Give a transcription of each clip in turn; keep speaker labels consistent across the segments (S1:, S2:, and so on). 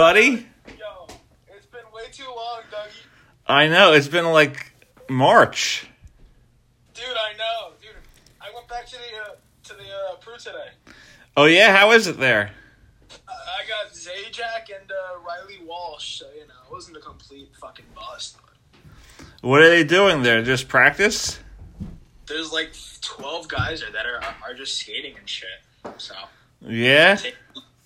S1: buddy?
S2: Yo, it's been way too long, Dougie.
S1: I know it's been like March.
S2: Dude, I know. Dude, I went back to the uh, to the uh, Pru today.
S1: Oh yeah, how is it there?
S2: I I got Zajac and uh, Riley Walsh, so you know it wasn't a complete fucking bust. But
S1: What are they doing there? Just practice?
S2: there's like twelve guys there that are are just skating and shit. So
S1: Yeah.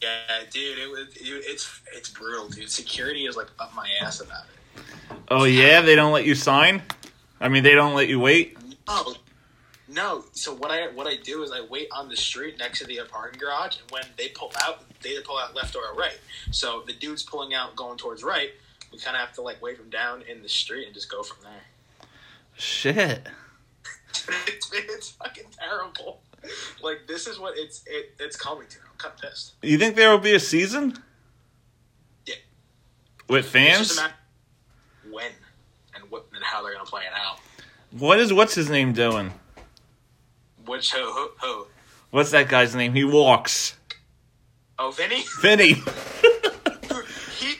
S2: yeah, dude, it was dude, it's it's brutal, dude. Security is like up my ass about it.
S1: Oh yeah, they don't let you sign. I mean, they don't let you wait.
S2: Oh no! So what I what I do is I wait on the street next to the parking garage, and when they pull out, they either pull out left or right. So the dude's pulling out, going towards right. We kind of have to like wave him down in the street and just go from there.
S1: Shit.
S2: it's, it's fucking terrible. Like this is what it's it, it's coming to. I'm kind of pissed.
S1: You think there will be a season
S2: Yeah,
S1: with
S2: it's
S1: fans?
S2: just a matter of when and what and how they're gonna play it out.
S1: What is what's his name doing?
S2: Which ho ho ho.
S1: What's that guy's name? He walks.
S2: Oh, Vinny,
S1: Vinny.
S2: dude, he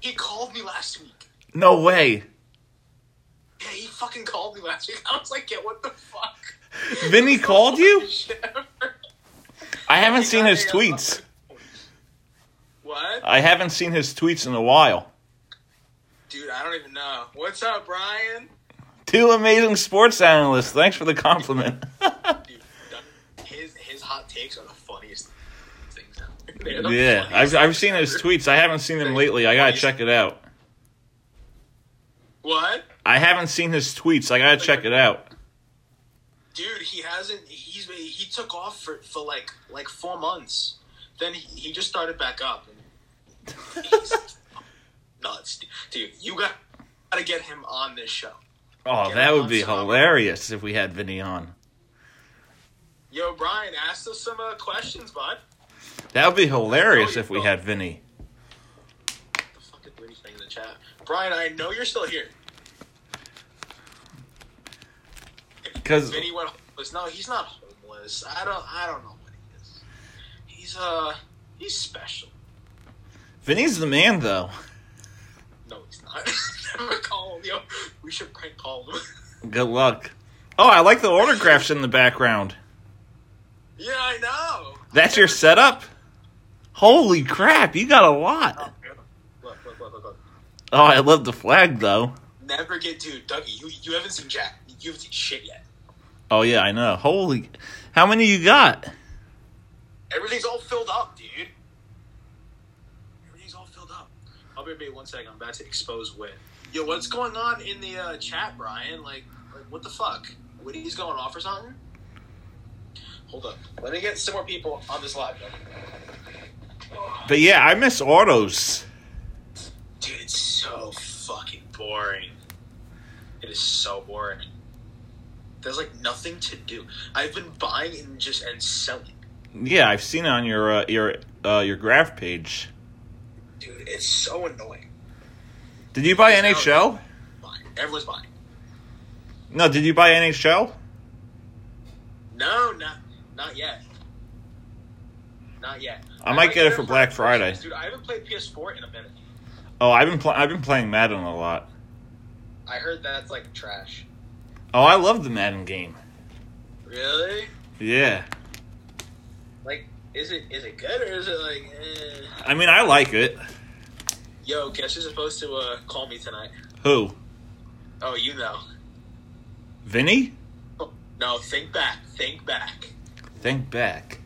S2: he called me last week.
S1: No way.
S2: Yeah, he fucking called me last week. I was like, yeah, what the fuck?
S1: Vinny called you?
S2: Shit.
S1: I haven't seen his
S2: He got me a-
S1: tweets.
S2: What?
S1: I haven't seen his tweets in a while.
S2: Dude, I don't even know. What's up, Brian?
S1: Two amazing sports analysts. Thanks for the compliment.
S2: Dude, that- his his hot takes are the funniest things out there. They're the
S1: yeah,
S2: funniest
S1: I've, I've
S2: things
S1: seen his
S2: ever.
S1: tweets. I haven't seen them lately. I gotta check it out.
S2: What?
S1: I haven't seen his tweets. I gotta check it out.
S2: Dude, he hasn't. He's he took off for, for like like four months. Then he, he just started back up. And he's nuts, dude. You got gotta get him on this show.
S1: Oh,
S2: Get
S1: that
S2: him
S1: would
S2: on
S1: be
S2: some.
S1: hilarious if we had Vinny on.
S2: Yo, Brian, ask us some uh, questions, bud.
S1: That would be hilarious if we had Vinny.
S2: The fucking weird thing in the chat. Brian, I know you're still here.
S1: Because
S2: Vinny went homeless. No, he's not homeless. I don't. I don't know what he is. He's uh, he's special.
S1: Vinny's the man, though.
S2: No, he's not. Never call him. Yo, we should prank call him.
S1: Good luck. Oh, I like the autographs in the background.
S2: yeah, I know.
S1: That's your setup? Holy crap, you got a lot.
S2: Look, look, look, look, look.
S1: Oh, I love the flag, though.
S2: Never get dude, Dougie. You you haven't seen Jack. You haven't seen shit yet.
S1: Oh, yeah, I know. Holy. How many you got?
S2: Everything's all filled up, dude. Everything's all filled up. I'll be wait one second. I'm about to expose Wit. Yo, what's going on in the uh, chat, Brian? Like, like, what the fuck? Witty's going off or something? Hold up. Let me get some more people on this live. Though.
S1: But yeah, I miss autos.
S2: Dude, it's so fucking boring. It is so boring. There's like nothing to do. I've been buying and just and selling.
S1: Yeah, I've seen it on your uh, your uh, your graph page.
S2: Dude, it's so annoying.
S1: Did you buy NHL?
S2: Buying. Everyone's buying.
S1: No, did you buy NHL?
S2: No, not not yet. Not yet.
S1: I might get it
S2: gotta
S1: for
S2: play
S1: Black
S2: PS4,
S1: Friday.
S2: Dude, I haven't played PS4 in a minute.
S1: Oh, I've been pl- I've been playing Madden a lot.
S2: I heard that's like trash.
S1: Oh, I love the Madden game.
S2: Really?
S1: Yeah,
S2: Like, is it is it good or is it like? Eh?
S1: I mean I like it.
S2: Yo, guess who's supposed to uh, call me tonight?
S1: Who?
S2: Oh, you know.
S1: Vinny?
S2: No, think back. Think back.
S1: Think back.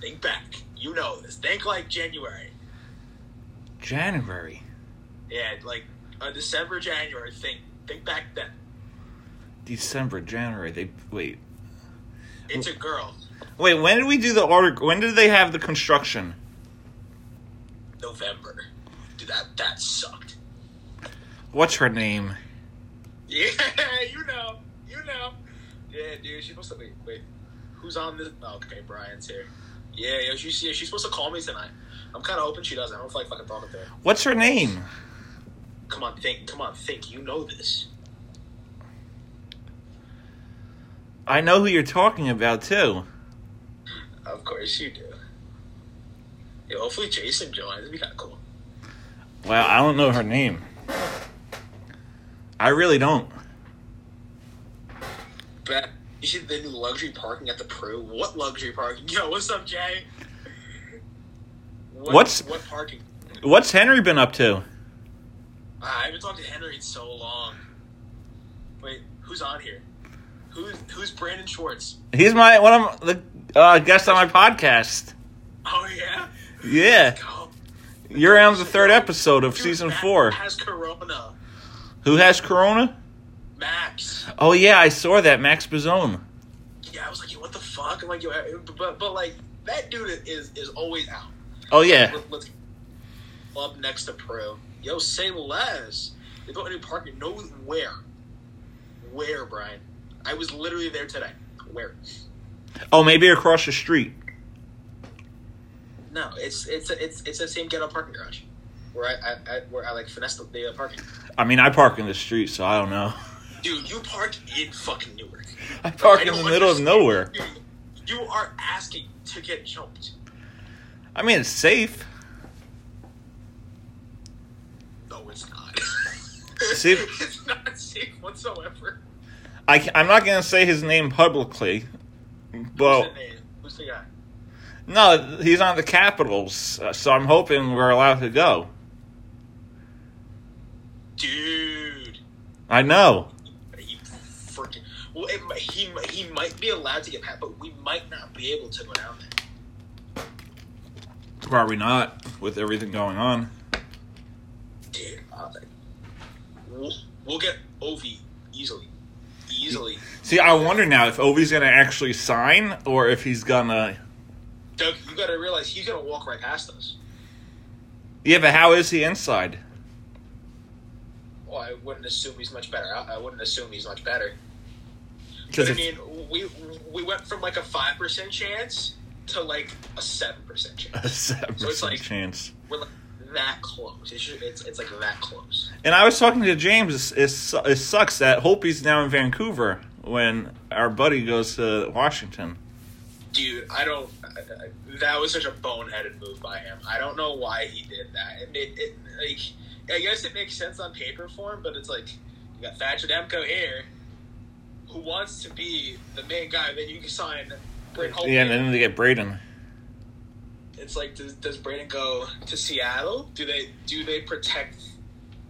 S2: Think back. You know this. Think like January.
S1: January.
S2: Yeah, like uh, December, January. Think think back then.
S1: December, January. They wait.
S2: It's a girl.
S1: Wait, when did we do the order when did they have the construction?
S2: November. Dude, that that sucked.
S1: What's her name?
S2: Yeah, you know, you know. Yeah, dude, she's supposed to wait. Wait, who's on this? oh, okay, Brian's here. Yeah, yo, she, she, she's supposed to call me tonight. I'm kind of hoping she doesn't. I don't feel like fucking talking to her.
S1: What's her name?
S2: Come on, think. Come on, think. You know this.
S1: I know who you're talking about too.
S2: Of course you do. Yo, hopefully Jason joins. It'd be kind of cool.
S1: Wow, I don't know her name. I really don't.
S2: But you see the new luxury parking at the Pru? What luxury parking? Yo, what's up, Jay? What,
S1: What's-
S2: what parking?
S1: What's Henry been up to?
S2: Ah, I haven't talked to Henry in so long. Wait, who's on here? Who's who's Brandon Schwartz?
S1: He's my one of the uh, guests on my podcast.
S2: Oh yeah.
S1: Yeah,
S2: Oh,
S1: you're on the third episode of
S2: dude,
S1: season
S2: Matt
S1: four.
S2: Has Corona.
S1: Who has Corona?
S2: Max.
S1: Oh yeah, I saw that Max Bazone.
S2: Yeah, I was like, yo, what the fuck? I'm like, yo, I- but but like that dude is is always out.
S1: Oh yeah,
S2: Let- Let's club next to Pro. Yo, say less. They built a new park. No, where? Where, Brian? I was literally there today. Where?
S1: Oh, maybe across the street.
S2: No, it's it's it's it's the same ghetto parking garage where I, I, I where I like finessed up the uh, parking.
S1: I mean, I park in the street, so I don't know.
S2: Dude, you parked in fucking Newark.
S1: I park
S2: I
S1: in the
S2: don't
S1: middle of
S2: understand.
S1: nowhere.
S2: Dude, you are asking to get jumped.
S1: I mean, it's safe.
S2: No, it's not.
S1: See-
S2: it's not safe whatsoever.
S1: I, ca- I'm not gonna say his name publicly, but
S2: Who's the name? Who's the guy?
S1: no, he's on the Capitals, uh, so I'm hoping we're allowed to go.
S2: Dude.
S1: I know.
S2: he freaking well, it, mi- he mi- he might be allowed to get pat, but we might not be able to go down there.
S1: Probably not with everything going on.
S2: Dude, I was like, we'll, we'll get Ov easily, easily.
S1: See, I wonder now if Ovi's gonna actually sign or if he's gonna.
S2: Doug, you got to realize he's gonna walk right past us.
S1: Yeah, but how is he inside?
S2: Well, I wouldn't assume he's much better. I, I wouldn't assume he's much better. But
S1: Because
S2: I mean, we we went from like a five percent chance to like a seven percent chance.
S1: a seven
S2: it's
S1: percent
S2: like-
S1: chance.
S2: We're like that close. It's just, it's it's like that close.
S1: And I was talking to James. It, su- it sucks that Holpe's now in Vancouver when our buddy goes to Washington.
S2: Dude, I don't. I, I, that was such a boneheaded move by him. I don't know why he did that. It, it, it like, I guess it makes sense on paper for him, but it's like you got Thatcher Demko here, who wants to be the main guy that you can sign. Brent Holtby.
S1: Yeah, and then they get Braden.
S2: it's like, does, does Braden go to Seattle? Do they do they protect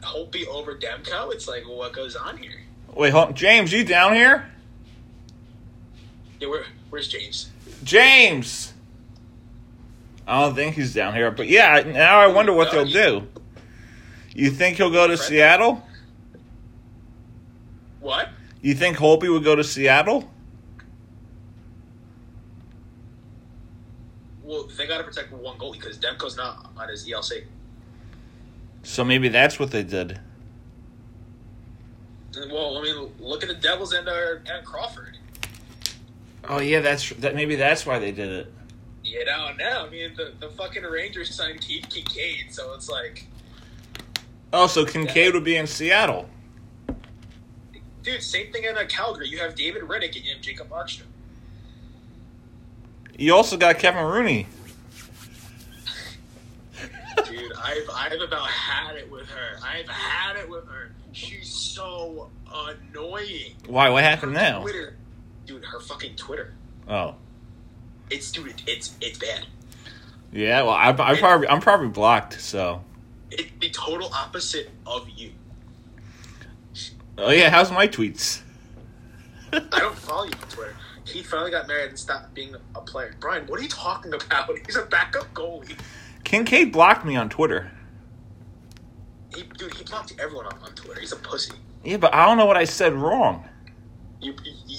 S2: Holtby over Demko? It's like, what goes on here?
S1: Wait, hold James, you down here?
S2: Yeah, where, where's James?
S1: James! I don't think he's down here, but yeah, now I wonder what they'll do. You think he'll go to Seattle?
S2: What?
S1: You think Holpe would go to Seattle?
S2: Well, they got to protect one goalie because Demko's not on his E ELC.
S1: So maybe that's what they did.
S2: Well, I mean, look at the Devils and, uh, and Crawford.
S1: Oh yeah, that's that. Maybe that's why they did it.
S2: You know, now I mean, the, the fucking Rangers signed Keith Kincaid, so it's like,
S1: Oh, so Kincaid would be in Seattle.
S2: dude, same thing in uh, Calgary. You have David Riddick and you have Jacob Markstrom.
S1: You also got Kevin Rooney.
S2: Dude, I've I've about had it with her. I've had it with her. She's so annoying.
S1: Why? What
S2: Her
S1: happened now?
S2: Twitter, dude, her fucking Twitter.
S1: Oh,
S2: It's dude, it's it's bad.
S1: yeah. Well, I, I probably I'm probably blocked. So.
S2: It's the total opposite of you.
S1: Oh yeah, how's my tweets?
S2: I don't follow you on Twitter. He finally got married and stopped being a player. Brian, what are you talking about? He's a backup goalie.
S1: Kincaid blocked me on Twitter.
S2: He, dude, he blocked everyone on, on Twitter. He's a pussy.
S1: Yeah, but I don't know what I said wrong.
S2: You, you,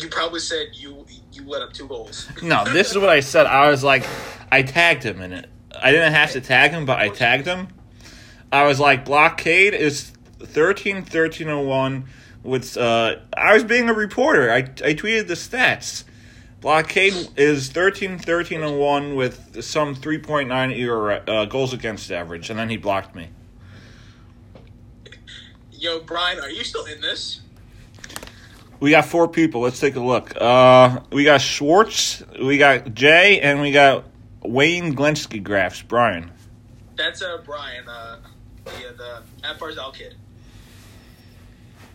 S2: you probably said you you let up two goals.
S1: No, this is what I said. I was like, I tagged him in it. I didn't have to tag him, but I tagged him. I was like, blockade is thirteen thirteen oh one. With uh, I was being a reporter. I I tweeted the stats. Blockade is thirteen thirteen oh one with some three point nine ERA uh, goals against average, and then he blocked me.
S2: Yo, Brian, are you still in this?
S1: We got four people. Let's take a look. Uh, we got Schwartz, we got Jay, and we got Wayne Glensky graphs. Brian.
S2: That's uh Brian. Uh, the uh, the at Barzal kid.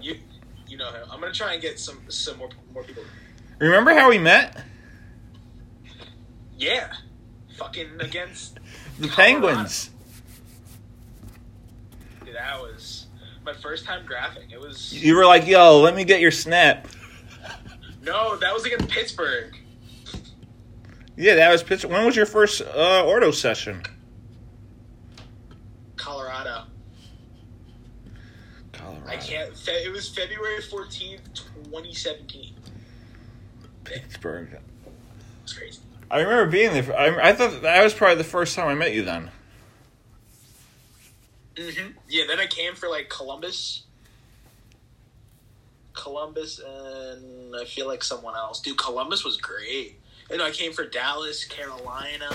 S2: You you know him. I'm gonna try and get some some more more people.
S1: Remember how we met?
S2: Yeah, fucking against
S1: The
S2: Colorado.
S1: Penguins.
S2: Dude, that was my first time graphing. It was
S1: You were like, "Yo, let me get your snap."
S2: no, that was against Pittsburgh.
S1: Yeah, that was pitch. When was your first uh, ordo session?
S2: Colorado.
S1: Colorado.
S2: I can't. Fe- it was February fourteenth, twenty seventeen.
S1: Pittsburgh.
S2: It's crazy.
S1: I remember being there. I, I thought that was probably the first time I met you then.
S2: hmm Yeah. Then I came for like Columbus, Columbus, and I feel like someone else. Dude, Columbus was great. And I came for Dallas, Carolina.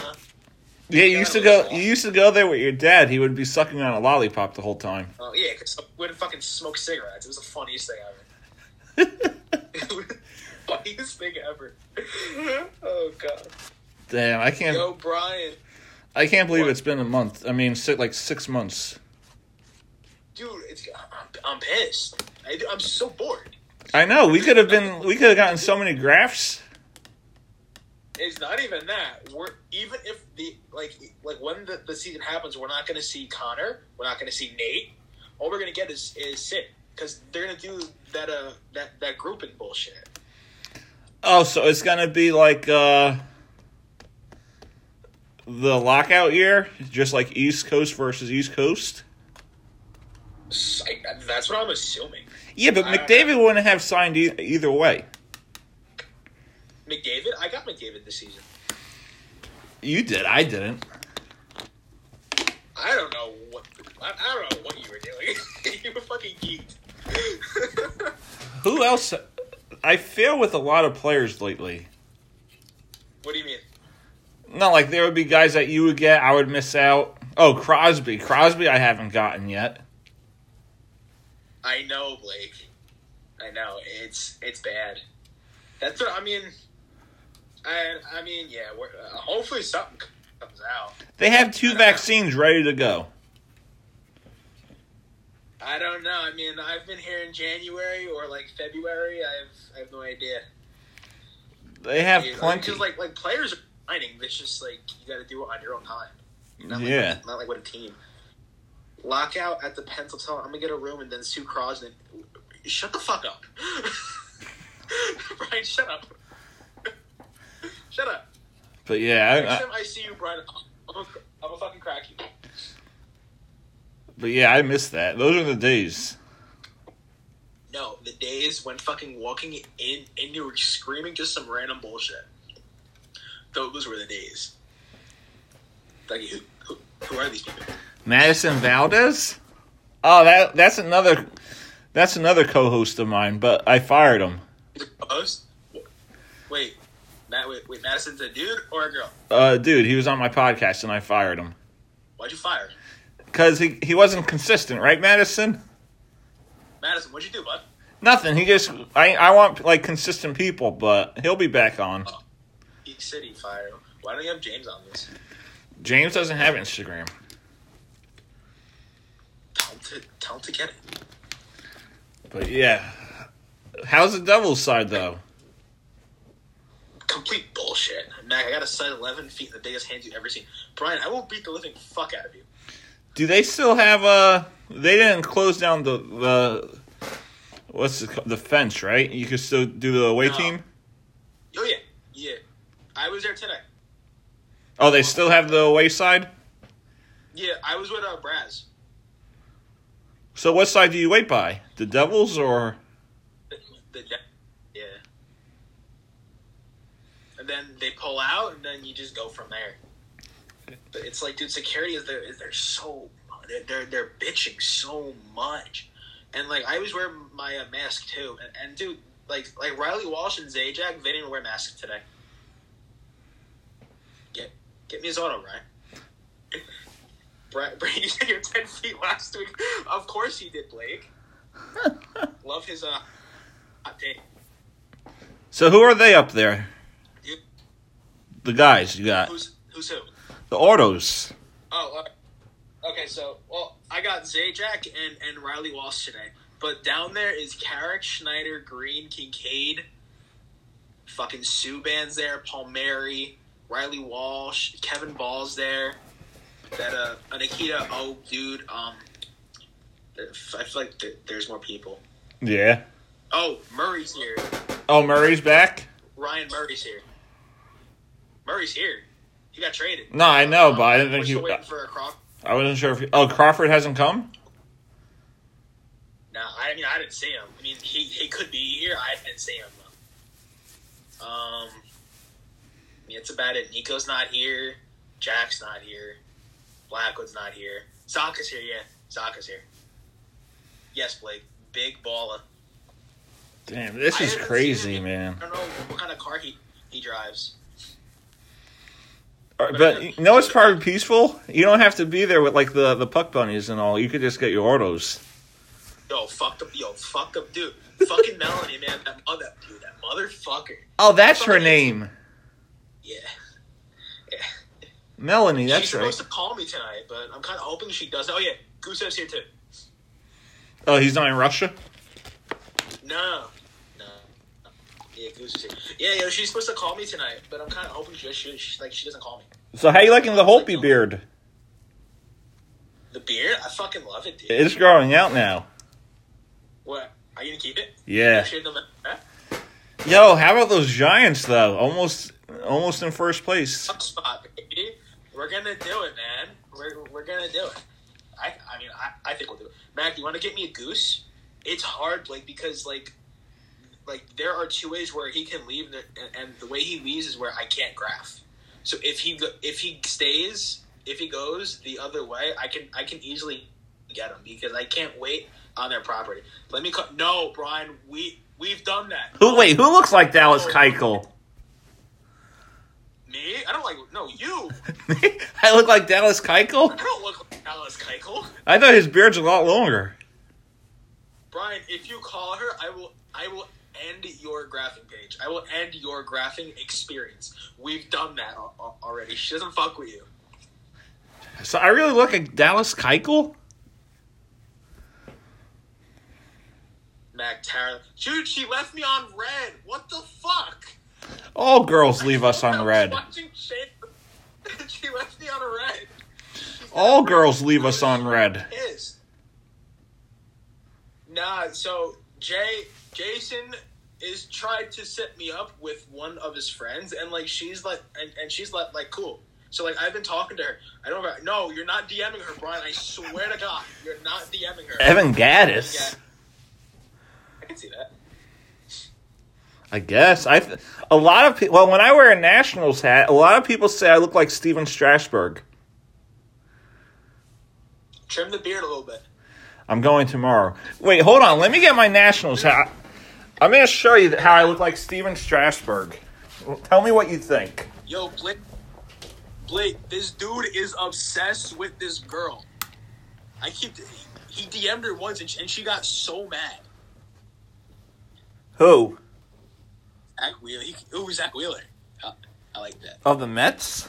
S1: Yeah, you
S2: Yeah,
S1: used to
S2: it was
S1: go.
S2: awesome.
S1: You used to go there with your dad. He would be sucking on a lollipop the whole time.
S2: Oh yeah, because we would fucking smoke cigarettes. It was the funniest thing ever. It was the funniest thing ever. Oh god.
S1: Damn, I can't.
S2: Yo, Brian.
S1: I can't believe
S2: What?
S1: it's been a month. I mean, si like six months.
S2: Dude, it's, I'm, I'm pissed. I, I'm so bored.
S1: I know we could have been. We could have gotten so many graphs.
S2: It's not even that. We're even if the like like when the, the season happens, we're not going to see Connor. We're not going to see Nate. All we're going to get is is Sid because they're going to do that uh that that grouping bullshit.
S1: Oh, so it's gonna be like uh the lockout year, just like East Coast versus East Coast.
S2: S- I- that's what I'm assuming.
S1: Yeah, but
S2: I don't
S1: McDavid wouldn't have signed e- either way.
S2: McDavid, I got McDavid this season.
S1: You did. I didn't.
S2: I don't know what I, I don't know what you were doing. you were fucking geeked.
S1: Who else? I fail with a lot of players lately.
S2: what do you mean?
S1: Not like there would be guys that you would get, I would miss out. Oh, Crosby. Crosby, I haven't gotten yet.
S2: I know, Blake. I know it's it's bad. That's what I mean. I I mean, yeah. We're, uh, hopefully something c- comes out.
S1: They have two vaccines ready to go.
S2: I don't know. I mean, I've been here in January or like February. I've I have no idea.
S1: They have
S2: Dude,
S1: plenty.
S2: Because like like players are signing. It's just like you got to do it on your own time. Not like,
S1: Yeah.
S2: Not like with a team. Lockout at the Pensacola. I'm gonna get a room and then Sue Crosnan. Shut the fuck up, Brian. Shut up. shut up.
S1: But yeah, I,
S2: Next
S1: I,
S2: time I see you, Brian, I'm a, I'm a fucking crack you.
S1: but yeah, I miss that. Those are the days.
S2: No, the days when fucking walking in and you were screaming just some random bullshit. Those were the days. Like, who, who, who are these people?
S1: Madison Valdez. Oh, that that's another that's another co-host of mine, but I fired him.
S2: Post? Wait, Matt. Wait, wait, Madison's a dude or a girl?
S1: Uh, dude, he was on my podcast and I fired him
S2: Why'd you fire? him?
S1: because he he wasn't consistent, right, Madison?
S2: Madison, what'd you do, bud?
S1: Nothing. He just I I want like consistent people, but he'll be back on.
S2: He said he fired him. Why don't you have James on this?
S1: James doesn't have Instagram.
S2: Tell him to, tell him to get it.
S1: But yeah, how's the Devil's side though?
S2: Complete bullshit. Mac, I got a size 11 feet and the biggest hands you've ever seen. Brian, I will beat the living fuck out of you.
S1: Do they still have uh They didn't close down the the what's it, called? the fence, right? You could still do the away
S2: No.
S1: team.
S2: Oh, yeah. Yeah. I was there today.
S1: Oh, they still have the away side.
S2: Yeah, I was with uh, Braz.
S1: So what side do you wait by? The Devils or
S2: The, the, yeah. And then they pull out, and then you just go from there. But it's like, dude, security is there. Is there so mu- they're, they're they're bitching so much, and like I always wear my uh, mask too. And, and dude, like like Riley Walsh and Zajac, they didn't wear masks today. Get get me his auto, Ryan. Brad, Brad, you said you're ten feet last week. Of course he did, Blake. Love his uh, hot take.
S1: so? Who are they up there?
S2: You-
S1: The guys you got
S2: Who's who's who?
S1: the autos.
S2: Oh, uh, okay. So, well, I- I got Zajac and and Riley Walsh today, but down there is Carrick, Schneider, Green, Kincaid, fucking Subban's there, Palmieri, Riley Walsh, Kevin Ball's there. That uh, uh, Nikita, oh dude, um, I feel like th- there's more people.
S1: Yeah.
S2: Oh, Murray's here.
S1: Oh, Murray's back.
S2: Ryan Murray's here. Murray's here. He got traded.
S1: No, I know, but I didn't
S2: We're
S1: think
S2: still
S1: he.
S2: waiting for a crop.
S1: I wasn't sure if. He, oh, Crawford hasn't come.
S2: No, I mean I didn't see him. I mean he, he could be here. I didn't see him. though. Um, I mean, it's about it. Nico's not here. Jack's not here. Blackwood's not here. Zaka's here. Yeah, Zaka's here. Yes, Blake. Big baller.
S1: Damn, this
S2: I
S1: is
S2: haven't
S1: crazy,
S2: seen him.
S1: man.
S2: I don't know what kind of car he he drives.
S1: Or- Uh, But you know it's probably peaceful. You don't have to be there with like the the puck bunnies and all. You could just get your autos.
S2: Yo, fuck up. Yo, fuck up, dude. Fucking Melanie, man. That mother, dude. That motherfucker.
S1: Oh, that's her name,
S2: Yeah.
S1: Melanie.
S2: She's
S1: That's
S2: supposed
S1: right.
S2: to call me tonight, but I'm kind of hoping she doesn't. Oh yeah, Gusev's here too.
S1: Oh, he's not in Russia.
S2: No, no. Yeah, Goose is here. Yeah, yo, she's supposed to call me tonight, but I'm kind of hoping she, she, she like she doesn't call me.
S1: So how you liking the Holtby beard?
S2: The beard, I fucking love it, dude.
S1: It's growing out now.
S2: what? Are you gonna keep it?
S1: Yeah.
S2: Actually, no, eh?
S1: Yo, how about those Giants though? Almost, almost in first place.
S2: Tough spot, baby. We're gonna do it, man. We're, we're gonna do it. I, I mean, I, I think we'll do it. Mac, you want to get me a goose? It's hard, like because like, like there are two ways where he can leave, and, and the way he leaves is where I can't graph. So if he go, if he stays, if he goes the other way, I can I can easily get him because I can't wait on their property. Let me cut. No, Brian, we we've done that.
S1: Who? Wait, who looks like Dallas Keuchel?
S2: Me? I don't like. No, you.
S1: I look like Dallas Keuchel.
S2: I don't look like Alice Keuchel.
S1: I thought his beard's a lot longer.
S2: Brian, if you call her, I will I will end your graphing page. I will end your graphing experience. We've done that al- al- already. She doesn't fuck with you.
S1: So I really look like Dallas Keuchel.
S2: Mac Tara. Dude, she left me on red. What the fuck?
S1: All girls leave us
S2: I
S1: on
S2: was
S1: red.
S2: watching Shane. she left me on red.
S1: All girls leave us on red.
S2: Pissed. Nah, so Jay Jason is tried to set me up with one of his friends and like she's like and, and she's like like cool. So like I've been talking to her. I don't no, you're not DMing her, Brian. I swear to God, you're not DMing her.
S1: Evan
S2: Yeah.
S1: Gaddis.
S2: I can see that.
S1: I guess I. th- A lot of people. Well, when I wear a Nationals hat, a lot of people say I look like Steven Strasburg.
S2: Trim the beard a little bit.
S1: I'm going tomorrow. Wait, hold on. Let me get my Nationals hat. I'm going to show you how I look like Steven Strasburg. Tell me what you think.
S2: Yo, Blake Blake, this dude is obsessed with this girl. I keep he DM'd her once and she, and she got so mad.
S1: Who
S2: Zach Wheeler. He, ooh, Zach Wheeler. I, I like that.
S1: of the Mets?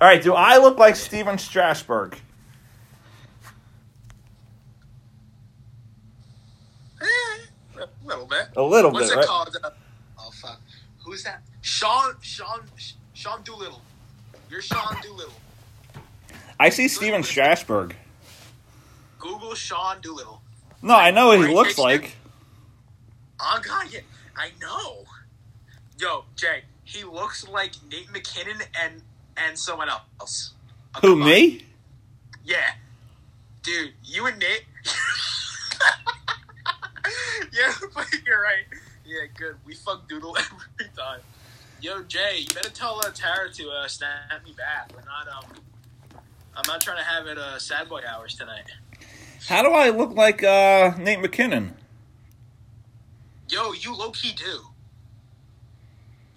S1: All right. Do I look like Steven Strasburg?
S2: Eh, a little bit.
S1: A little
S2: What's
S1: bit,
S2: it
S1: right?
S2: called? Uh, oh fuck. Who's that? Sean. Sean. Sean Doolittle. You're Sean Doolittle.
S1: I see Steven Strasburg.
S2: Google Sean Doolittle.
S1: No, I know what he looks like.
S2: Oh god, yeah, I know. Yo, Jay, he looks like Nate McKinnon and and someone else. Oh,
S1: Who
S2: come on.
S1: me?
S2: Yeah, dude, you and Nate. yeah, but you're right. Yeah, good. We fuck doodle every time. Yo, Jay, you better tell uh, Tara to uh, snap me back. We're not um, I'm not trying to have it uh, sad boy hours tonight.
S1: How do I look like uh, Nate McKinnon?
S2: Yo, you low key do.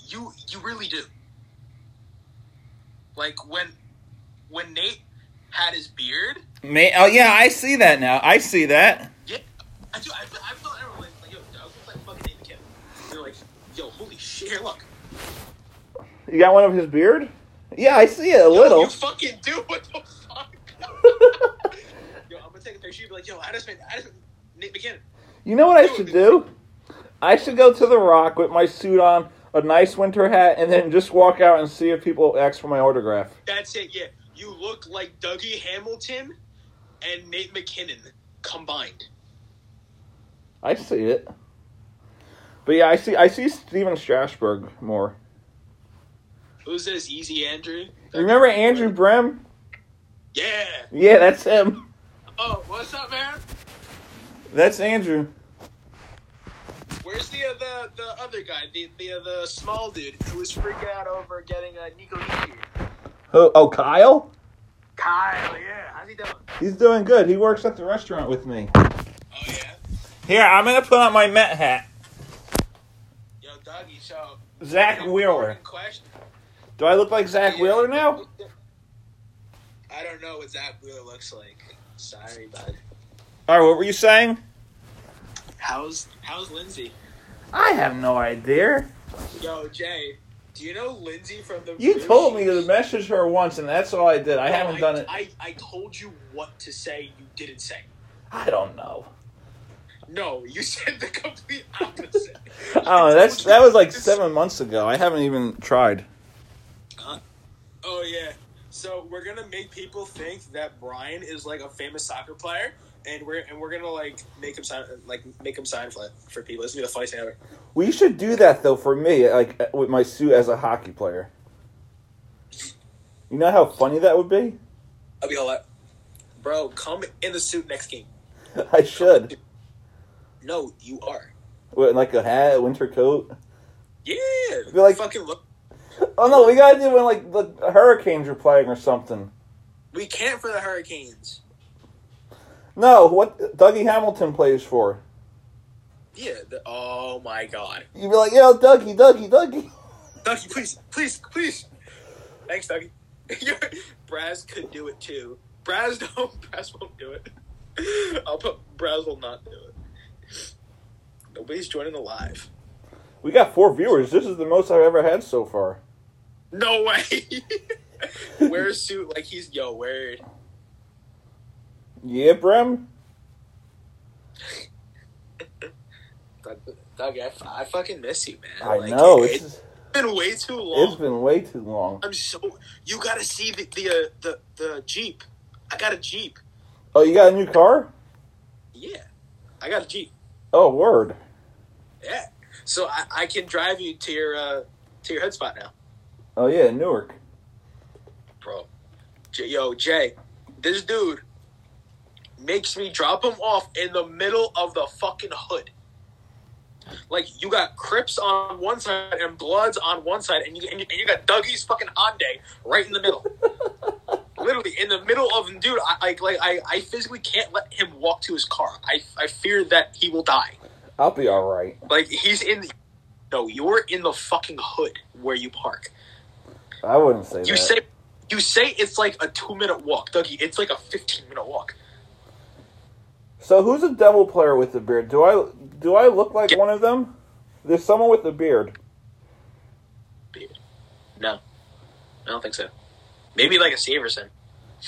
S2: You you really do. Like when when Nate had his beard.
S1: May- oh yeah, I see that now. I see that.
S2: Yeah, I do. I feel, I feel everyone like, yo, I look like fucking David Kim. You're like, yo, holy shit, here, look.
S1: You got one of his beard? Yeah, I see it a
S2: Yo,
S1: little.
S2: You fucking do what the fuck? yo, I'm gonna take a picture. You'd be like, yo, I just made, I just Nick McKinnon.
S1: You know what I should do? I should go to the Rock with my suit on, a nice winter hat, and then just walk out and see if people ask for my autograph.
S2: That's it. Yeah, you look like Dougie Hamilton and Nate McKinnon combined.
S1: I see it. But yeah, I see I see Steven Strasburg more.
S2: Who's this? Easy Andrew.
S1: Remember Andrew Brem?
S2: Yeah.
S1: Yeah, that's him.
S2: Oh, what's up, man?
S1: That's Andrew.
S2: Where's the uh, the the other guy? The the uh, the small dude who was freaking out over getting uh, Nico Nicky.
S1: Oh, oh Kyle?
S2: Kyle, yeah. How's he doing?
S1: He's doing good. He works at the restaurant with me.
S2: Oh yeah.
S1: Here, I'm gonna put on my Met hat.
S2: Yo, Dougie. So.
S1: Zach Wheeler.
S2: Question.
S1: Do I look like Zach
S2: Yeah.
S1: Wheeler now?
S2: I don't know what Zach Wheeler looks like. Sorry, bud.
S1: Alright, what were you saying?
S2: How's how's Lindsay?
S1: I have no idea.
S2: Yo, Jay, do you know Lindsay from the?
S1: You told me to message her once and that's all I did. I
S2: No,
S1: haven't done it.
S2: I, I told you what to say. You didn't say.
S1: I don't know.
S2: No, you said the complete opposite.
S1: Oh, that's that was like seven months ago. I haven't even tried.
S2: Oh yeah. So we're gonna make people think that Brian is like a famous soccer player, and we're and we're gonna like make him sign like make him sign for, for people. It's gonna be the funniest thing ever.
S1: We should do that though for me, like with my suit as a hockey player. You know how funny that would be?
S2: I'll be all like, bro, come in the suit next game.
S1: I should.
S2: No, you are.
S1: With like a hat, a winter coat.
S2: Yeah.
S1: Be like-
S2: fucking look.
S1: Oh no, we gotta do when like the hurricanes are playing or something.
S2: We can't for the Hurricanes.
S1: No, what Dougie Hamilton plays for.
S2: Yeah. The, oh my God.
S1: You'd be like, yo, Dougie, Dougie, Dougie.
S2: Dougie, please, please, please. Thanks, Dougie. Braz could do it too. Braz don't. Braz won't do it. I'll put Braz will not do it. Nobody's joining the live.
S1: We got four viewers. This is the most I've ever had so far.
S2: No way. wear a suit like he's yo. Wear it.
S1: Yeah, Brem.
S2: Doug- Dougie, I, f- I fucking miss you, man.
S1: I
S2: Like,
S1: know it's
S2: It, has been way too long.
S1: it's been way too long.
S2: I'm so. You gotta see the the uh, the the jeep. I got a jeep.
S1: Oh, you got a new car?
S2: Yeah, I got a jeep.
S1: Oh, word.
S2: Yeah. So I, I can drive you to your uh, to your head spot now,
S1: Oh yeah, Newark.
S2: bro. J- yo, Jay, this dude makes me drop him off in the middle of the fucking hood. Like you got Crips on one side and Bloods on one side, and you and you, and you got Dougie's fucking Hyundai right in the middle. Literally in the middle of dude, I like like I, I physically can't let him walk to his car. I I fear that he will die.
S1: I'll be all right.
S2: Like he's in. The, no, you're in the fucking hood where you park.
S1: I wouldn't say
S2: You
S1: that.
S2: say you say it's like a two minute walk, Dougie. It's like a fifteen minute walk.
S1: so who's a devil player with a beard? Do I do I look like one of them? There's someone with a beard.
S2: No, I don't think so. Maybe like a Saverson.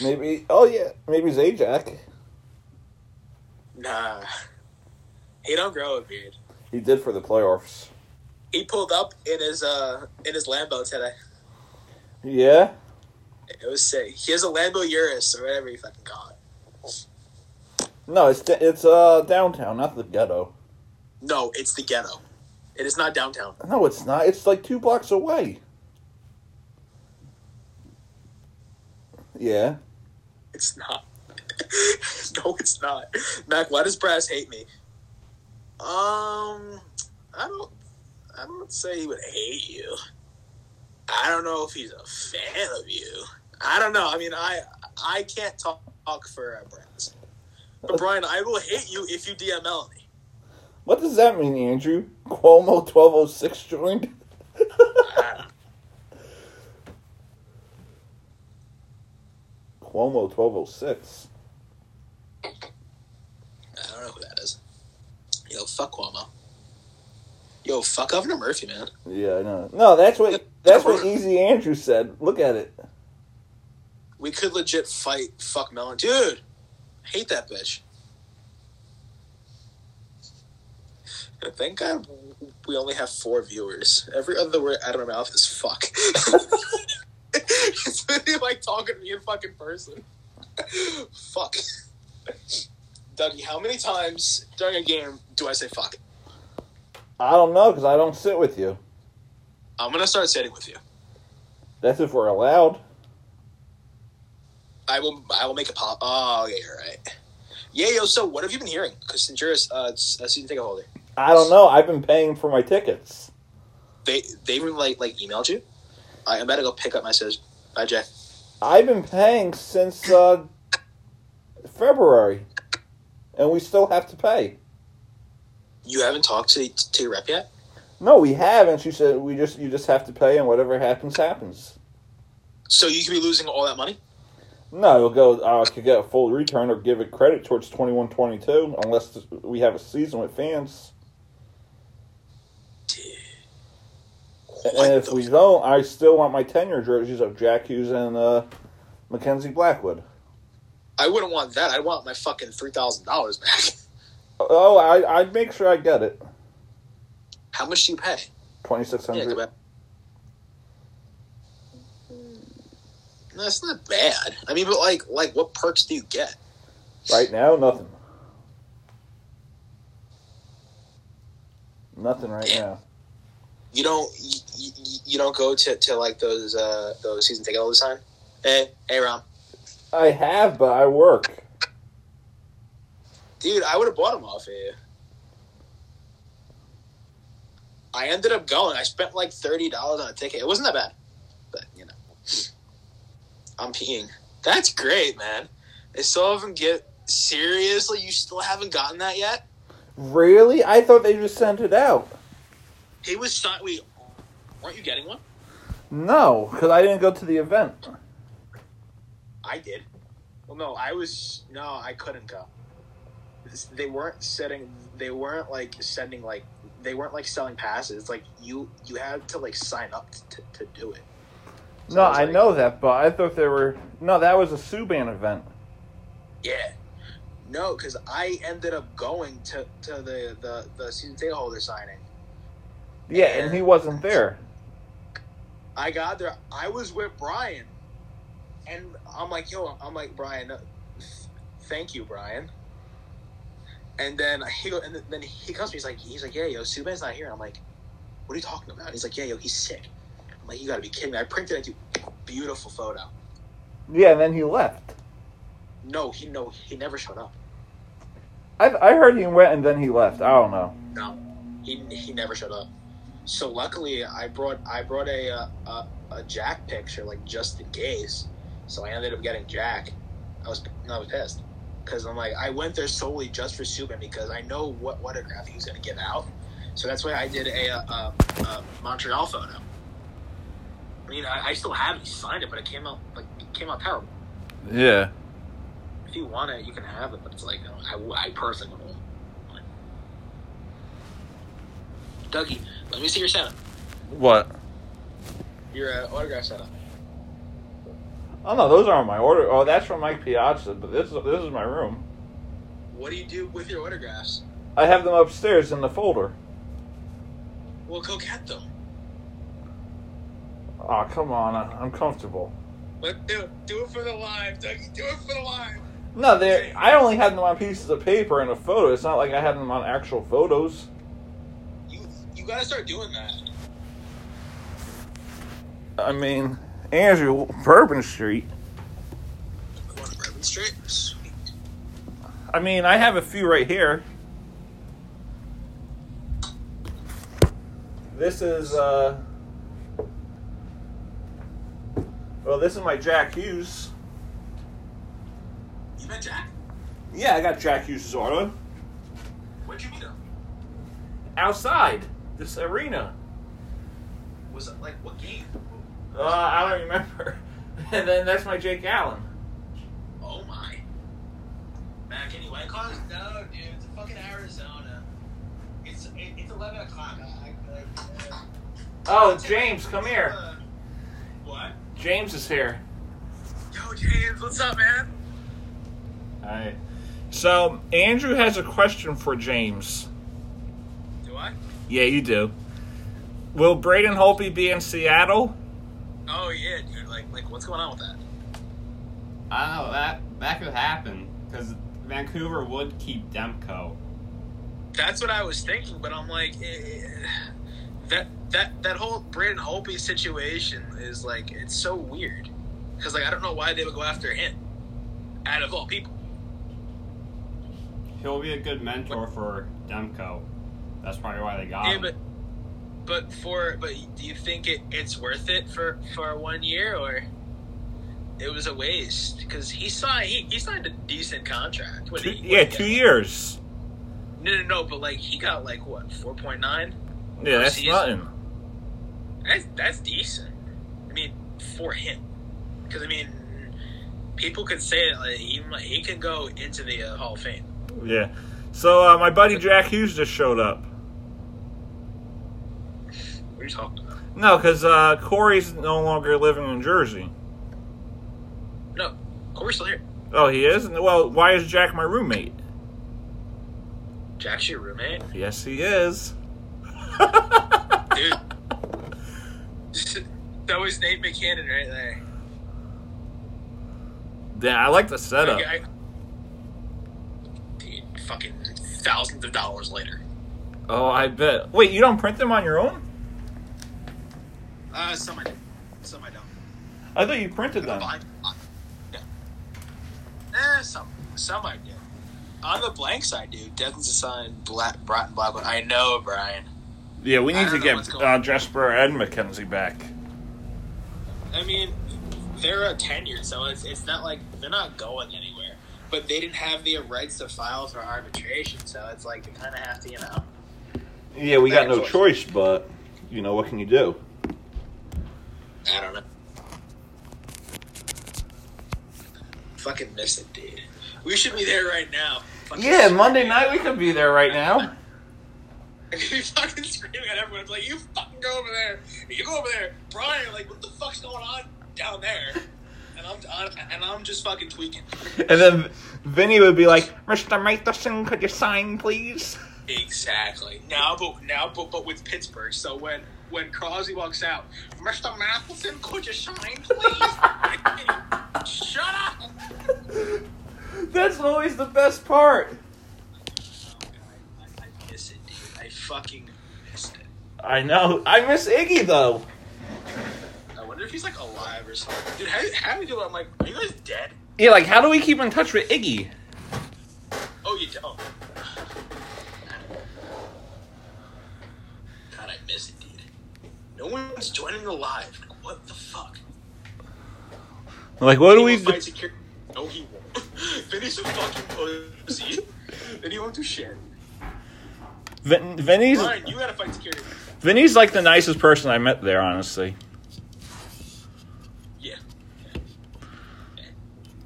S1: Maybe. Oh yeah, maybe Zajac.
S2: Nah, he don't grow a beard.
S1: He did for the playoffs.
S2: He pulled up in his uh in his Lambo today.
S1: Yeah.
S2: It was sick. He has a Lambo Urus or whatever you fucking call it.
S1: No, it's it's uh downtown, not the ghetto.
S2: No, it's the ghetto. It is not downtown.
S1: No, it's not. It's like two blocks away. Yeah.
S2: It's not. no, it's not. Mac, why does Brass hate me? Um, I don't. I don't say he would hate you. I don't know if he's a fan of you. I don't know. I mean, I I can't talk, talk for uh, Brass. But Brian, I will hate you if you DML me.
S1: What does that mean, Andrew? Cuomo twelve oh six joined. Cuomo twelve oh six.
S2: I don't know who that is. Yo, fuck Cuomo. Yo, fuck Governor Murphy, man.
S1: Yeah, I know. No, that's what that's what Easy Andrew said. Look at it.
S2: We could legit fight. Fuck Melon, dude. Hate that bitch. Thank God we only have four viewers. Every other word out of my mouth is fuck. it's literally like talking to me in fucking person. fuck. Dougie, how many times during a game do I say fuck?
S1: I don't know because I don't sit with you.
S2: I'm gonna start sitting with you.
S1: That's if we're allowed.
S2: I will. I will make a pop. Oh, yeah, you're right. Yeah, yo. So, what have you been hearing? Because Sinjuris, uh, s- a season ticket holder,
S1: I don't know. I've been paying for my tickets.
S2: they they even like like emailed you. I, I'm about to go pick up my sis. Bye, Jay.
S1: I've been paying since uh, February, and we still have to pay.
S2: You haven't talked to to your rep yet.
S1: No, we haven't. She said we just you just have to pay, and whatever happens, happens.
S2: So you could be losing all that money.
S1: No, it'll go. I could get a full return or give it credit towards twenty one twenty two, unless we have a season with fans.
S2: What
S1: and if
S2: the
S1: we
S2: f-
S1: don't, I still want my tenure jerseys of Jack Hughes and uh, Mackenzie Blackwood.
S2: I wouldn't want that. I'd want my fucking three thousand dollars back.
S1: Oh, I I'd make sure I get it.
S2: How much do you pay?
S1: Twenty six
S2: Yeah,
S1: hundred.
S2: go back. That's not bad. I mean, but like, like, what perks do you get?
S1: Right now, nothing. Nothing right
S2: Yeah.
S1: now.
S2: you don't you, you, you don't go to, to like those uh those season ticket all the time. Eh, Hey, hey, Rom,
S1: I have, but I work.
S2: dude, I would have bought them off of you. I ended up going. I spent like thirty dollars on a ticket. It wasn't that bad, but you know, I'm peeing. That's great, man. They still haven't get seriously. You still haven't gotten that yet.
S1: Really? I thought they just sent it out.
S2: It was shot. We weren't you getting one?
S1: No, because I didn't go to the event.
S2: I did. Well, no, I was no, I couldn't go. This- They weren't setting. They weren't like sending like they weren't like selling passes. Like you, you had to like sign up to, to do it. So
S1: No,
S2: was
S1: I
S2: like,
S1: know that, but I thought they were. No, that was a Subban event.
S2: Yeah, no, because I ended up going to to the the the season ticket holder signing.
S1: Yeah, and he wasn't there.
S2: I got there. I was with Brian, and I'm like, yo, I'm like Brian. uh, th- Thank you, Brian. And then he go, and then he comes to me. He's like, he's like, yeah, yo, Subban's not here. I'm like, what are you talking about? He's like, yeah, yo, he's sick. I'm like, you gotta be kidding me. I printed it. dude. Beautiful photo.
S1: Yeah, and then he left.
S2: No, he no, he never showed up.
S1: I I heard he went and then he left. I don't know.
S2: No, he he never showed up. So luckily, I brought I brought a uh, a, a Jack picture like just in case. So I ended up getting Jack. I was I was pissed because I'm like I went there solely just for Subban because I know what what autograph he was going to give out. So that's why I did a, uh uh uh Montreal photo. I mean, I, I still have it signed it, but it came out like it came out terrible.
S1: Yeah.
S2: If you want it, you can have it, but it's like I, I personally won't. Dougie, let me see your setup.
S1: What?
S2: Your uh, autograph setup.
S1: Oh no, those aren't my order. Oh, that's from Mike Piazza, but this is this is my room.
S2: What do you do with your autographs?
S1: I have them upstairs in the folder.
S2: Well, go get them.
S1: Oh come on, I- I'm comfortable.
S2: Let do it. Do it for the live, Dougie. Do it for the live.
S1: No, they. I only had them on pieces of paper and a photo. It's not like I had them on actual photos.
S2: You you gotta start doing that.
S1: I mean, Andrew Bourbon Street.
S2: Going to Bourbon Street. Sweet.
S1: I mean, I have a few right here. This is uh Well, this is my Jack Hughes.
S2: You met Jack?
S1: Yeah, I got Jack Hughes' auto
S2: Where'd you meet him?
S1: outside this arena.
S2: Was it like what game?
S1: Uh, I don't remember. and then that's my Jake Allen.
S2: Oh my. Mac, anyway, cause no, dude, it's fucking Arizona. It's it, it's eleven o'clock. I, I, uh,
S1: Oh, James, come here.
S2: Uh, What?
S1: James is here.
S2: Yo, James, what's up, man?
S1: Alright. So Andrew has a question for James.
S2: Do I?
S1: Yeah, you do. Will Braden Holpe be in Seattle?
S2: Oh yeah, dude. Like, like what's going on with that?
S3: I don't know Oh, that that could happen because Vancouver would keep Demko.
S2: That's what I was thinking, but I'm like, eh, eh, that that that whole Brandon Holpe situation is like it's so weird because like I don't know why they would go after him out of all people.
S3: He'll be a good mentor for Demko. That's probably why they got
S1: Um,
S2: yeah,
S3: him.
S2: but but for but do you think it, it's worth it for for one year or it was a waste because he signed he, he signed a decent contract. What
S1: Two,
S2: did he- what
S1: yeah,
S2: did he
S1: two
S2: get?
S1: years.
S2: No, no, no, but like he got like what four point nine.
S1: Yeah, that's
S2: Season.
S1: nothing.
S2: That's that's decent. I mean, for him, because I mean, people could say it, like he might- he can go into the uh, Hall of Fame.
S1: Yeah. So uh, my buddy Jack Hughes just showed up.
S2: What are you talking about?
S1: No, because uh, Corey's no longer living in Jersey.
S2: No, Corey's still here.
S1: Oh, he is. Well, why is Jack my roommate?
S2: Jack's your roommate,
S1: Yes, he is.
S2: dude. that was Nate McKinnon right there.
S1: Yeah, I like the setup.
S2: Like, I- dude, fucking thousands of dollars later.
S1: Oh, I bet. Wait, you don't print them on your own?
S2: Uh, some I do, some I don't.
S1: I thought you printed them.
S2: Combined? Yeah. Eh, some some I do. On the blank side, dude, Declan's assigned Black Broughton Blackwood. I know, Brian.
S1: Yeah, we
S2: I
S1: need
S2: don't
S1: to
S2: know what's
S1: get
S2: going
S1: uh,
S2: on.
S1: Jesper and McKenzie back.
S2: I mean, they're a tenured, so it's it's not like they're not going anywhere. But they didn't have the rights to file for arbitration, so it's like you kind of have to, you know.
S1: Yeah, we
S2: got no
S1: choice, but you know what can you do?
S2: I don't know. Fucking miss it, dude. We should be there right now. Fucking
S1: Yeah, Monday night we could be there right now.
S2: I could be fucking screaming at everyone. It's like, you fucking go over there. You go over there. Brian, like, what the fuck's going on down there? And I'm, I'm and I'm just fucking tweaking.
S1: And then Vinny would be like, "Mr. Matheson, could you sign, please?"
S2: Exactly. Now, but now, but but with Pittsburgh. So when when Crosby walks out, Mr. Matheson, could you sign, please? Shut up.
S1: That's always the best part.
S2: Oh, God, I, I miss it, dude. I fucking miss it.
S1: I know. I miss Iggy though.
S2: I wonder if he's like alive or something. Dude, how, how do you do it? I'm like, are you guys dead?
S1: Yeah, like how do we keep in touch with Iggy?
S2: Oh, you don't. God, I miss it, dude. No one's joining the live. Like, what the fuck?
S1: Like, what do
S2: He
S1: we?
S2: will
S1: do?
S2: fight security. No, he won't. then he's a fucking pussy. then he won't do shit.
S1: Vin- Vinny's
S2: Brian, you gotta fight security.
S1: Vinny's like the nicest person I met there. Honestly,
S2: Yeah.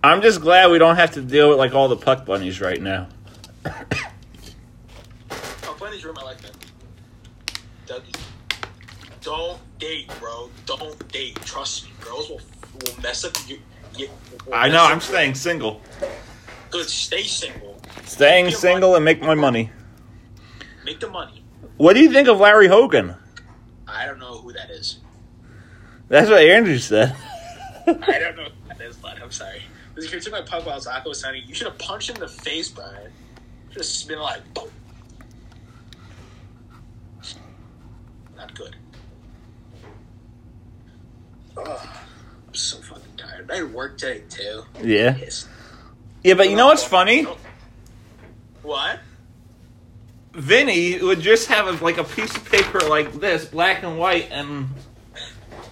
S1: I'm just glad we don't have to deal with like all the puck bunnies right now.
S2: Oh, Bunny's room, I like that. Dougie. Don't date, bro. Don't date. Trust me. Girls will, will mess up you. you will
S1: I know.
S2: mess
S1: I'm
S2: up
S1: staying single.
S2: your- Good. Stay single.
S1: Staying single and make my money.
S2: Make the money.
S1: What do you think of Larry Hogan?
S2: I don't know who that is.
S1: That's what Andrew said.
S2: I don't know what that is, but I'm sorry. If you took my puck while I was aqua signing, you should have punched him in the face, Brian. Just been like, boom. Not good. Ugh, I'm so fucking tired. I had work today too.
S1: Yeah.
S2: Yes.
S1: Yeah, but you know what's funny?
S2: What?
S1: Vinny would just have a, like a piece of paper like this, black and white, and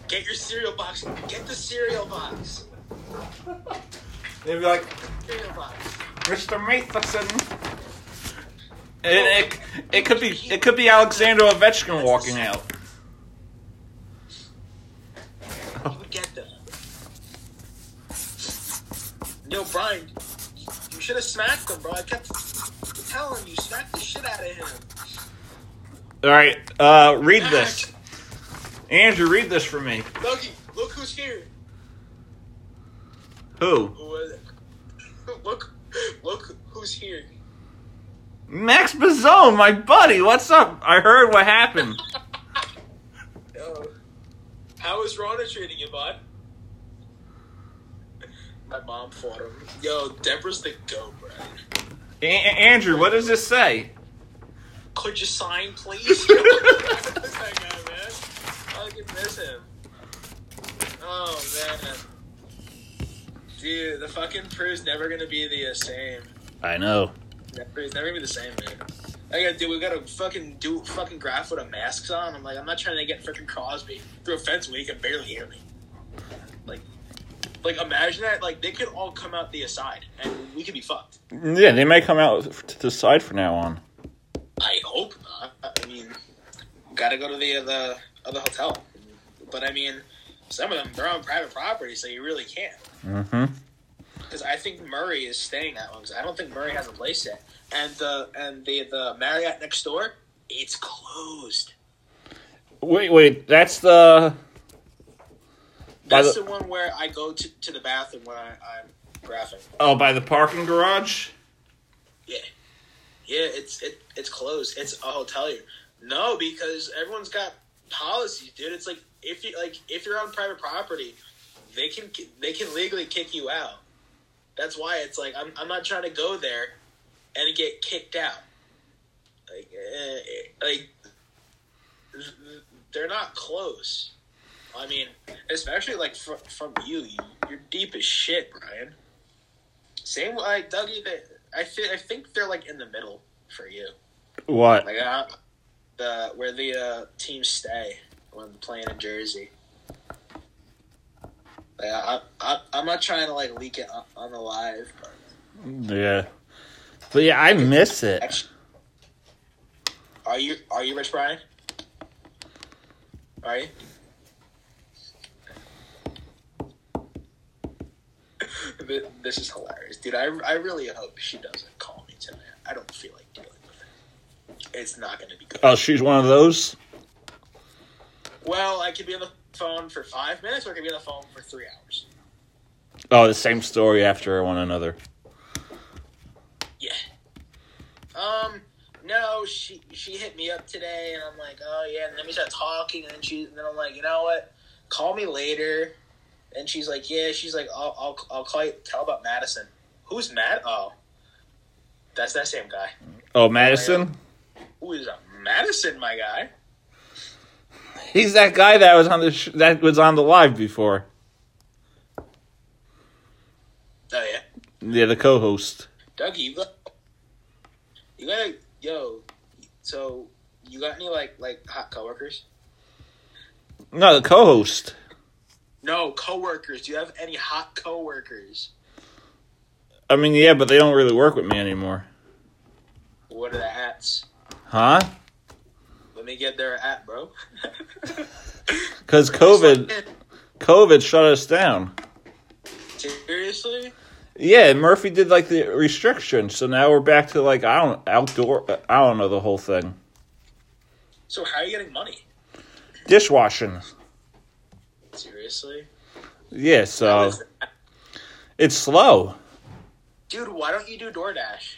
S2: Get your cereal box. Get the cereal box.
S1: they'd be like,
S2: Cereal box.
S1: "Mr. Matheson." And it, it could be it could be Alexander Ovechkin walking out.
S2: You would get them. Yo, Brian, you should have smacked him, bro. I kept telling you, smack the shit out of him.
S1: All right, uh, read this, Andrew. Read this for me.
S2: Dougie, look who's here.
S1: Who?
S2: Who was it? Look, look who who's here.
S1: Max Bazone, my buddy, what's up? I heard what happened.
S2: Oh. How is Rona treating you, bud? My mom fought him. Yo, Deborah's the goat, bro.
S1: A- A- Andrew, what does this say?
S2: Could you sign, please? Yo, I miss that guy, man. I fucking miss him. Oh man, dude, the fucking crew's never gonna be the uh, same.
S1: I know.
S2: Never- It's never gonna be the same, man. I gotta do. We gotta fucking do fucking graph with a masks on. I'm like, I'm not trying to get freaking Crosby through a fence where he can barely hear me. Like, like imagine that. Like they could all come out the aside, and we could be fucked.
S1: Yeah, they may come out f- to the side from now on.
S2: I hope not. I mean, gotta go to the uh, the other hotel. But I mean, some of them they're on private property, so you really can't.
S1: Mm-hmm.
S2: Because I think Murray is staying that one. 'cause I don't think Murray has a place yet. And the and the the Marriott next door, it's closed.
S1: Wait, wait, that's the. By
S2: That's
S1: the-
S2: the, one where I go to, to the bathroom when I, I'm graphing.
S1: Oh, by the parking garage?
S2: Yeah, yeah, it's it, it's closed. It's a hotelier. No, because everyone's got policies, dude. It's like if you like if you're on private property, they can they can legally kick you out. That's why it's like I'm I'm not trying to go there and get kicked out. Like eh, like th- th- they're not close. I mean, especially like from from you, You- you're deep as shit, Brian. Same with, like Dougie. They, I thi- I think they're like in the middle for you.
S1: What?
S2: Like uh, the where the uh, teams stay when playing in Jersey. Like, I, I I'm not trying to like leak it on, on the live. But
S1: Yeah. But yeah, I miss it.
S2: actually, are you are you Rich Brian? Are you? Th- This is hilarious, dude. I, I really hope she doesn't call me tonight. I don't feel like dealing with it. It's not going to be good.
S1: Oh, she's one of those?
S2: well, I could be on the phone for five minutes, or I could be on the phone for three hours.
S1: Oh, the same story after one another.
S2: Yeah. Um. No, she she hit me up today, and I'm like, oh yeah. And then we start talking, and then she, and then I'm like, you know what? Call me later. And she's like, yeah. She's like, I'll I'll I'll call you. Tell about Madison. Who's Matt? Oh, that's that same guy.
S1: Oh, Madison?
S2: Who is a Madison, my guy?
S1: He's that guy that was on the sh- that was on the live before.
S2: Oh yeah,
S1: Yeah, the co-host.
S2: Dougie, you got you got to yo. So you got any like like hot coworkers?
S1: No, the co-host.
S2: No, coworkers. Do you have any hot coworkers?
S1: I mean, yeah, but they don't really work with me anymore.
S2: What are the hats?
S1: Huh?
S2: Let me get their at, bro.
S1: Cuz COVID COVID shut us down.
S2: Seriously?
S1: Yeah, Murphy did like the restrictions, so now we're back to like I don't outdoor I don't know the whole thing.
S2: So how are you getting money?
S1: Dishwashing.
S2: Seriously?
S1: Yeah, so it's slow.
S2: Dude, why don't you do DoorDash?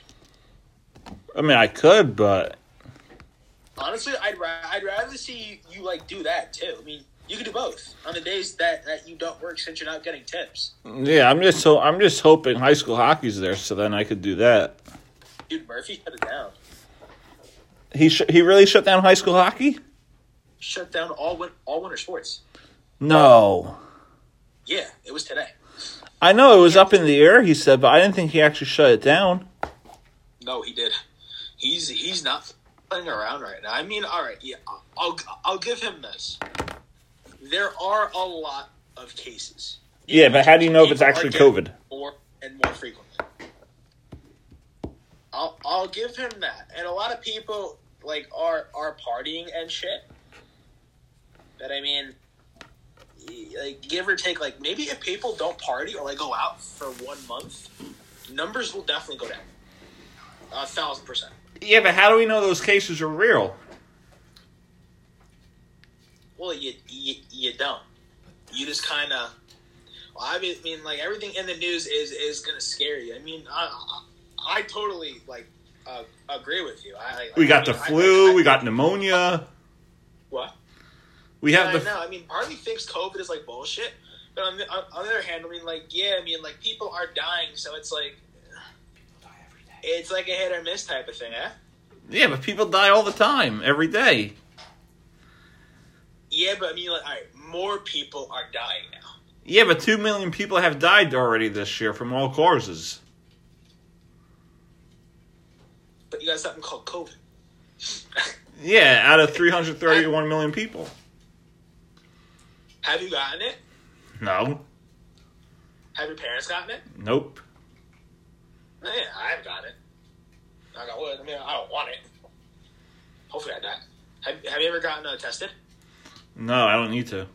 S1: I mean, I could, but
S2: Honestly, I'd ra- I'd rather see you, you like do that too. I mean, you can do both on the days that, that you don't work since you're not getting tips.
S1: yeah, I'm just so I'm just hoping high school hockey's there, so then I could do that.
S2: Dude, Murphy shut it down.
S1: He sh- he really shut down high school hockey?
S2: Shut down all win- all winter sports.
S1: No,
S2: Yeah, it was today.
S1: I know it was up in the air. He said, but I didn't think he actually shut it down.
S2: No, he did. He's he's not playing around right now. I mean, all right, yeah, I'll I'll give him this. There are a lot of cases.
S1: Yeah, but how do you know if it's
S2: People are
S1: actually
S2: getting
S1: COVID?
S2: More and more frequently. I'll I'll give him that. And a lot of people like are are partying and shit. But I mean, y- like give or take, like maybe if people don't party or like go out for one month, numbers will definitely go down. A thousand percent.
S1: Yeah, but how do we know those cases are real?
S2: Well, you you, you don't. You just kind of. Well, I mean, like everything in the news is is gonna scare you. I mean, I, I totally like uh, agree with you. I, I-
S1: We got
S2: I
S1: the
S2: mean, I-
S1: flu.
S2: I-
S1: we got pneumonia.
S2: what?
S1: We have
S2: I
S1: the.
S2: know. I mean, part of me thinks COVID is like bullshit, but on the, on, on the other hand, I mean, like, yeah, I mean, like people are dying, so it's like it's like a hit or miss type of thing, eh?
S1: Yeah, but people die all the time, every day.
S2: Yeah, but I mean, like, all right, more people are dying now.
S1: Yeah, but two million people have died already this year from all causes.
S2: But you got something called COVID.
S1: Yeah, out of 331 million people.
S2: Have you gotten it?
S1: No.
S2: Have your parents gotten it?
S1: Nope.
S2: Yeah, I've got it. I got wood. I mean, I don't want it. Hopefully, I die. Have, have you ever gotten uh, tested?
S1: No, I don't need to.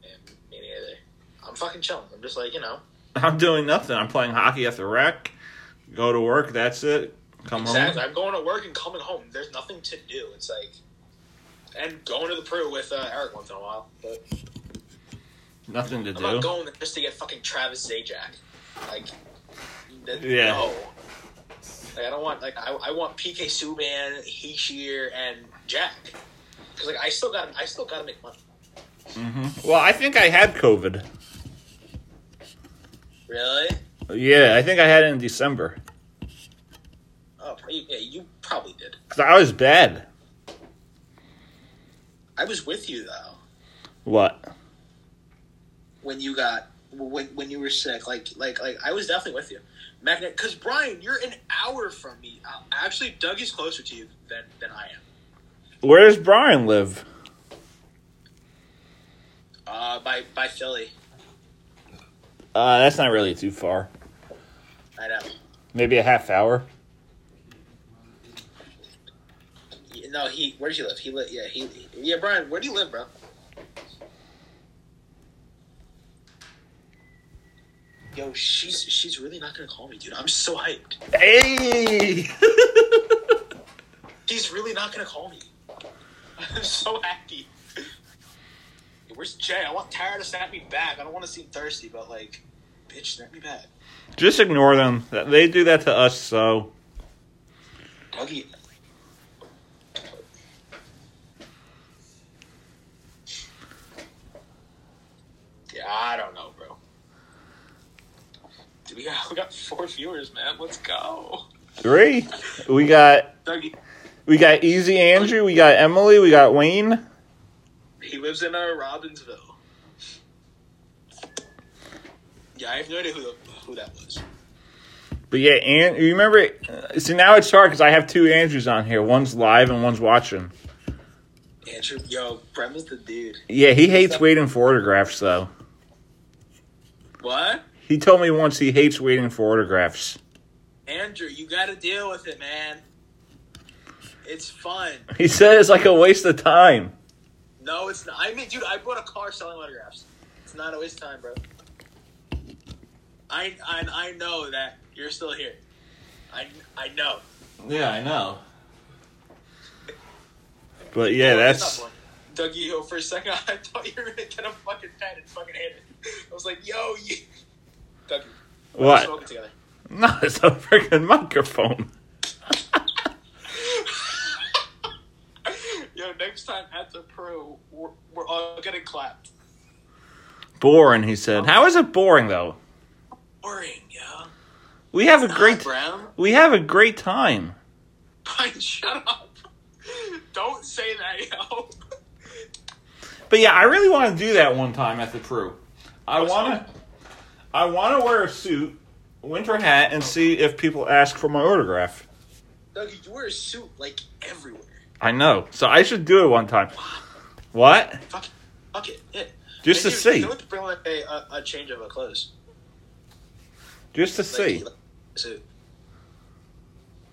S2: Yeah, me neither. I'm fucking chilling. I'm just like you know.
S1: I'm doing nothing. I'm playing hockey at the rec. Go to work. That's it. Come
S2: Exactly.
S1: home.
S2: I'm going to work and coming home. There's nothing to do. It's like, and going to the Peru with uh, Eric once in a while. But
S1: Nothing to
S2: I'm not
S1: do.
S2: going there just to get fucking Travis Zajac. Like, th-
S1: Yeah.
S2: no. Like I don't want like I, I want PK Subban, Heishier, and Jack. Because like I still got I still got to make money.
S1: Well, I think I had COVID.
S2: Really?
S1: Yeah, I think I had it in December.
S2: Oh, pro- yeah, you probably did.
S1: Because I was bad.
S2: I was with you though
S1: What?
S2: when you got when when you were sick. Like like like I was definitely with you, Magnet. Because Brian, you're an hour from me. Uh, actually, Doug is closer to you than than I am.
S1: Where does Brian live?
S2: Uh, by by Philly,
S1: Uh, that's not really too far.
S2: I know.
S1: Maybe a half hour.
S2: Y- No, he. Where does he live? He live. Yeah, he. Yeah, Brian. Where do you live, bro? Yo, she's she's really not gonna call me, dude. I'm so hyped.
S1: Hey!
S2: She's really not gonna call me. I'm so happy. Where's Jay? I want Tara to snap me back. I don't want to seem thirsty, but like, bitch, snap me back.
S1: Just ignore them. They do that to us, so.
S2: Dougie. Yeah, I don't know, bro. Dude, we got we got four viewers, man. Let's go,
S1: Three. We got
S2: Dougie.
S1: we got Easy Andrew. We got Emily. We got Wayne.
S2: He lives in uh, Robbinsville. Yeah, I have no idea who the, who that was.
S1: But yeah, and you remember? uh, See, now it's hard because I have two Andrews on here. One's live and one's watching.
S2: Andrew, yo, Brem is the dude.
S1: Yeah, he hates waiting for autographs, though.
S2: What?
S1: He told me once he hates waiting for autographs.
S2: Andrew, you got to deal with it, man. It's fun.
S1: He said it's like a waste of time.
S2: No, it's not. I mean, dude, I bought a car selling autographs. It's not a waste of time, bro. I I, I know that you're still here. I I know.
S1: Yeah, I know. But yeah, that's
S2: Dougie. Yo, for a second, I thought you were gonna get a fucking pen and fucking hit it. I was like, yo, you. Dougie, we're
S1: what.
S2: smoking together.
S1: No, it's a freaking microphone.
S2: Yo, next time at the pro, we're, we're all getting clapped.
S1: Boring, he said. How is it boring though?
S2: Boring, yo.
S1: We have a great
S2: Brown.
S1: we have a great time.
S2: Brian, shut up. Don't say that, yo.
S1: But yeah, I really want to do that one time at the Pru. I
S2: What's
S1: want to I want to wear a suit, winter hat and see if people ask for my autograph.
S2: Dougie, you wear a suit like everywhere.
S1: I know. So I should do it one time. What?
S2: Fuck it. Fuck it. Yeah.
S1: Just to
S2: Maybe
S1: see.
S2: You would bring like a, a, a change of a clothes.
S1: Just to
S2: Like,
S1: see.
S2: like, so-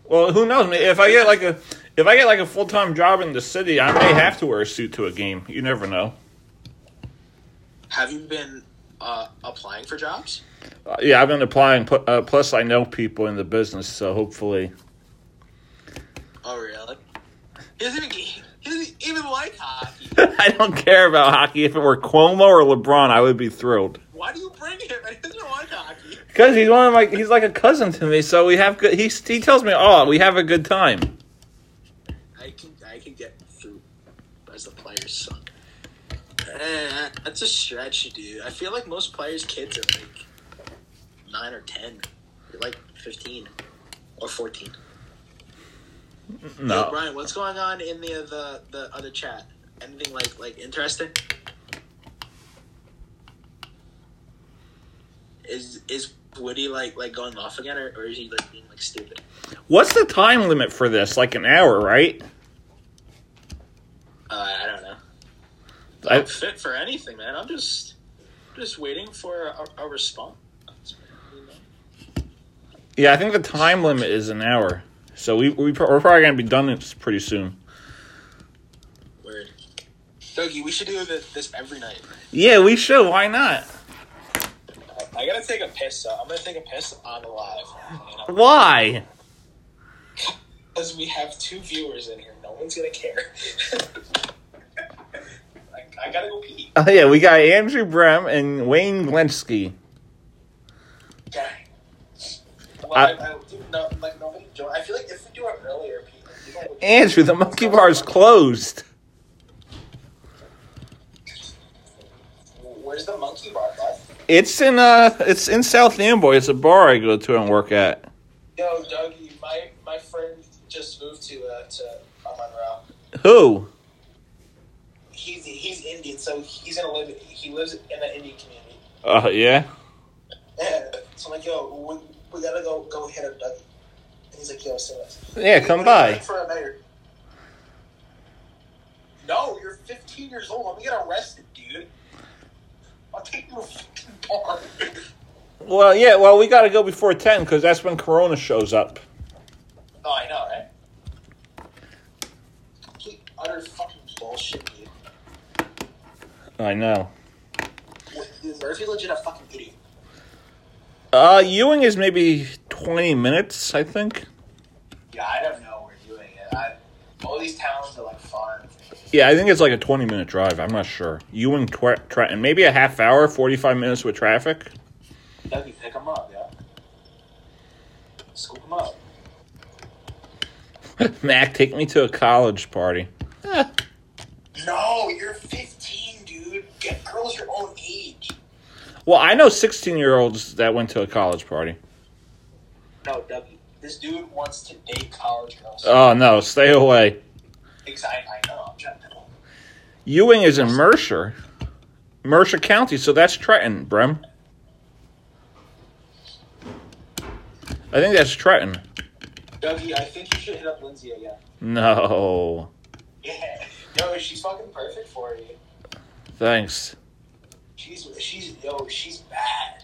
S1: Well, who knows? If I get like a if I get like a full-time job in the city, I may have to wear a suit to a game. You never know.
S2: have you been uh, applying for jobs?
S1: Uh, Yeah, I've been applying. pl- Uh, plus, I know people in the business, so hopefully.
S2: Oh, really? He doesn't even, he doesn't even like hockey.
S1: I don't care about hockey. If it were Cuomo or LeBron, I would be thrilled.
S2: Why do you bring him? He doesn't like hockey.
S1: Because he's one of my, he's like a cousin to me, so we have good. He he tells me, "Oh, we have a good time."
S2: I can I can get through as the player's son. Eh, that's a stretch, dude. I feel like most players' kids are like nine or ten. You're like fifteen or fourteen. Hey,
S1: No,
S2: Brian, what's going on in the the the other chat? Anything like like interesting? Is is Woody like like going off again, or, or is he like being like stupid?
S1: what's the time limit for this? Like an hour, right?
S2: Uh, I don't know.
S1: I-
S2: I'm fit for anything, man. I'm just just waiting for a, a response. man.
S1: Yeah, I think the time limit is an hour, so we, we pro- we're probably gonna be done this pretty soon.
S2: Word. Dougie, we should do thi- this every night.
S1: Yeah, we should. Why not?
S2: I, I gotta take a piss. So I'm gonna take a piss on the live
S1: Why?
S2: because we have two viewers in here. No one's gonna care. I, I gotta go pee.
S1: Oh yeah, we got Andrew Brem and Wayne Glensky.
S2: Dang. Well,
S1: I-
S2: I, I, dude, no, like nobody. Jo- I feel like if we do it earlier, people. people would-
S1: Andrew, the monkey bar is closed.
S2: Where's the monkey bar, bud?
S1: It's in uh, it's in South Amboy. It's a bar I go to and work at.
S2: Yo, Dougie, my my friend just moved to uh, to uh, Monroe.
S1: Who?
S2: He's he's Indian, so he's gonna live. He lives in the Indian community.
S1: Uh, yeah.
S2: so I'm like, yo, we, we gotta go go hit up Dougie. And he's like, yo, send us.
S1: Yeah, come by.
S2: For a mayor. No, you're 15 years old. Let me get arrested, dude. I'll take you to a fucking bar.
S1: Well, yeah. Well, we gotta go before ten because that's when Corona shows up.
S2: oh, I know, right? Keep utter fucking bullshit, dude.
S1: I know.
S2: What- dude, Murphy's legit a fucking idiot.
S1: Uh, Ewing is maybe twenty minutes, I think.
S2: Yeah, I don't know. We're doing it. I, all these towns are like fun.
S1: Yeah, I think it's like a twenty-minute drive. I'm not sure. Ewing, Tw- Trenton, maybe a half hour, forty-five minutes with traffic.
S2: Dougie, pick him up, yeah. Scoop him up.
S1: Mac, take me to a college party.
S2: No, you're 15, dude. Get girls your own age.
S1: Well, I know sixteen-year-olds that went to a college party.
S2: No, Dougie. This dude wants to date college girls.
S1: Oh no, stay away.
S2: exactly. I know. I'm trying to tell him.
S1: Ewing is in Mercer, Mercer County, so that's Trenton, Brem. I think that's Trenton.
S2: Dougie, I think you should hit up Lindsay again.
S1: No,
S2: Yeah. Yo, she's fucking perfect for you.
S1: thanks.
S2: She's, she's, yo, she's bad.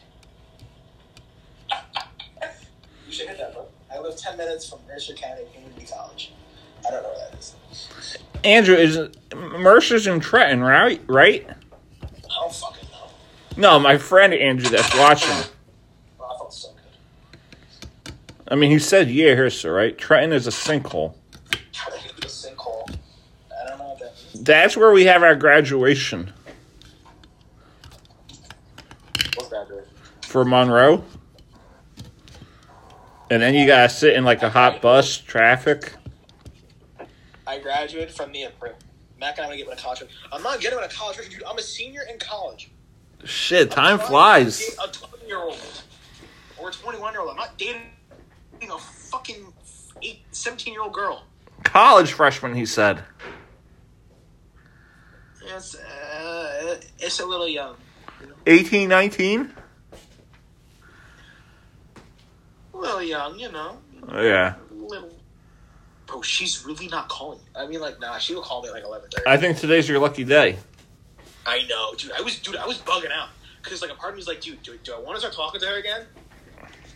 S2: you should hit that, bro. I live 10 minutes from Mercer County Community College. I don't know where that is.
S1: Andrew is Mercer's in Trenton, right? Right?
S2: I don't fucking know.
S1: No, my friend Andrew that's watching.
S2: Bro, I felt so good.
S1: I mean, he said yeah, here, sir. Right? Trenton is a sinkhole.
S2: Trying to get this sinkhole. I don't know what that means.
S1: That's where we have our graduation
S2: What's that, dude?
S1: for Monroe. And then you gotta sit in like a hot bus traffic.
S2: I graduated from the April. Mac and I'm gonna get with a college. I'm not getting with a college, dude. I'm a senior in college.
S1: Shit, time
S2: I'm
S1: flies.
S2: not dating A 20 year old or a 21 year old. I'm not dating a fucking eight, 17 year old girl.
S1: College freshman, he said.
S2: It's uh, it's a little young.
S1: Eighteen, nineteen.
S2: A little young, you know.
S1: Yeah.
S2: A little. Bro, she's really not calling. I mean, like, nah, she will call me at, like 11:30.
S1: I think today's your lucky day.
S2: I know, dude. I was, dude. I was bugging out because like a part of me was like, dude, do, do I want to start talking to her again,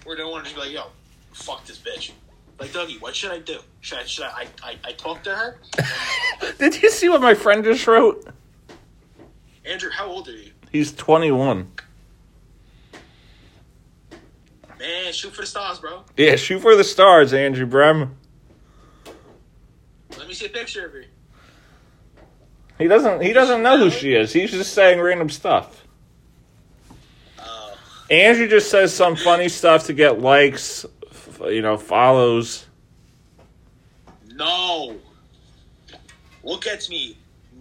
S2: or do I want to just be like, yo, fuck this bitch? Like, Dougie, what should I do? Should I should I I, I, I talk to her?
S1: Did you see what my friend just wrote?
S2: Andrew, how old are you?
S1: He's 21.
S2: Man, shoot for the stars, bro.
S1: Yeah, shoot for the stars, Andrew Brem.
S2: Let me see a picture of her.
S1: He doesn't. He doesn't know who she is. He's just saying random stuff.
S2: Oh,
S1: Andrew just says some funny stuff to get likes, f- you know, follows.
S2: No. Look at me.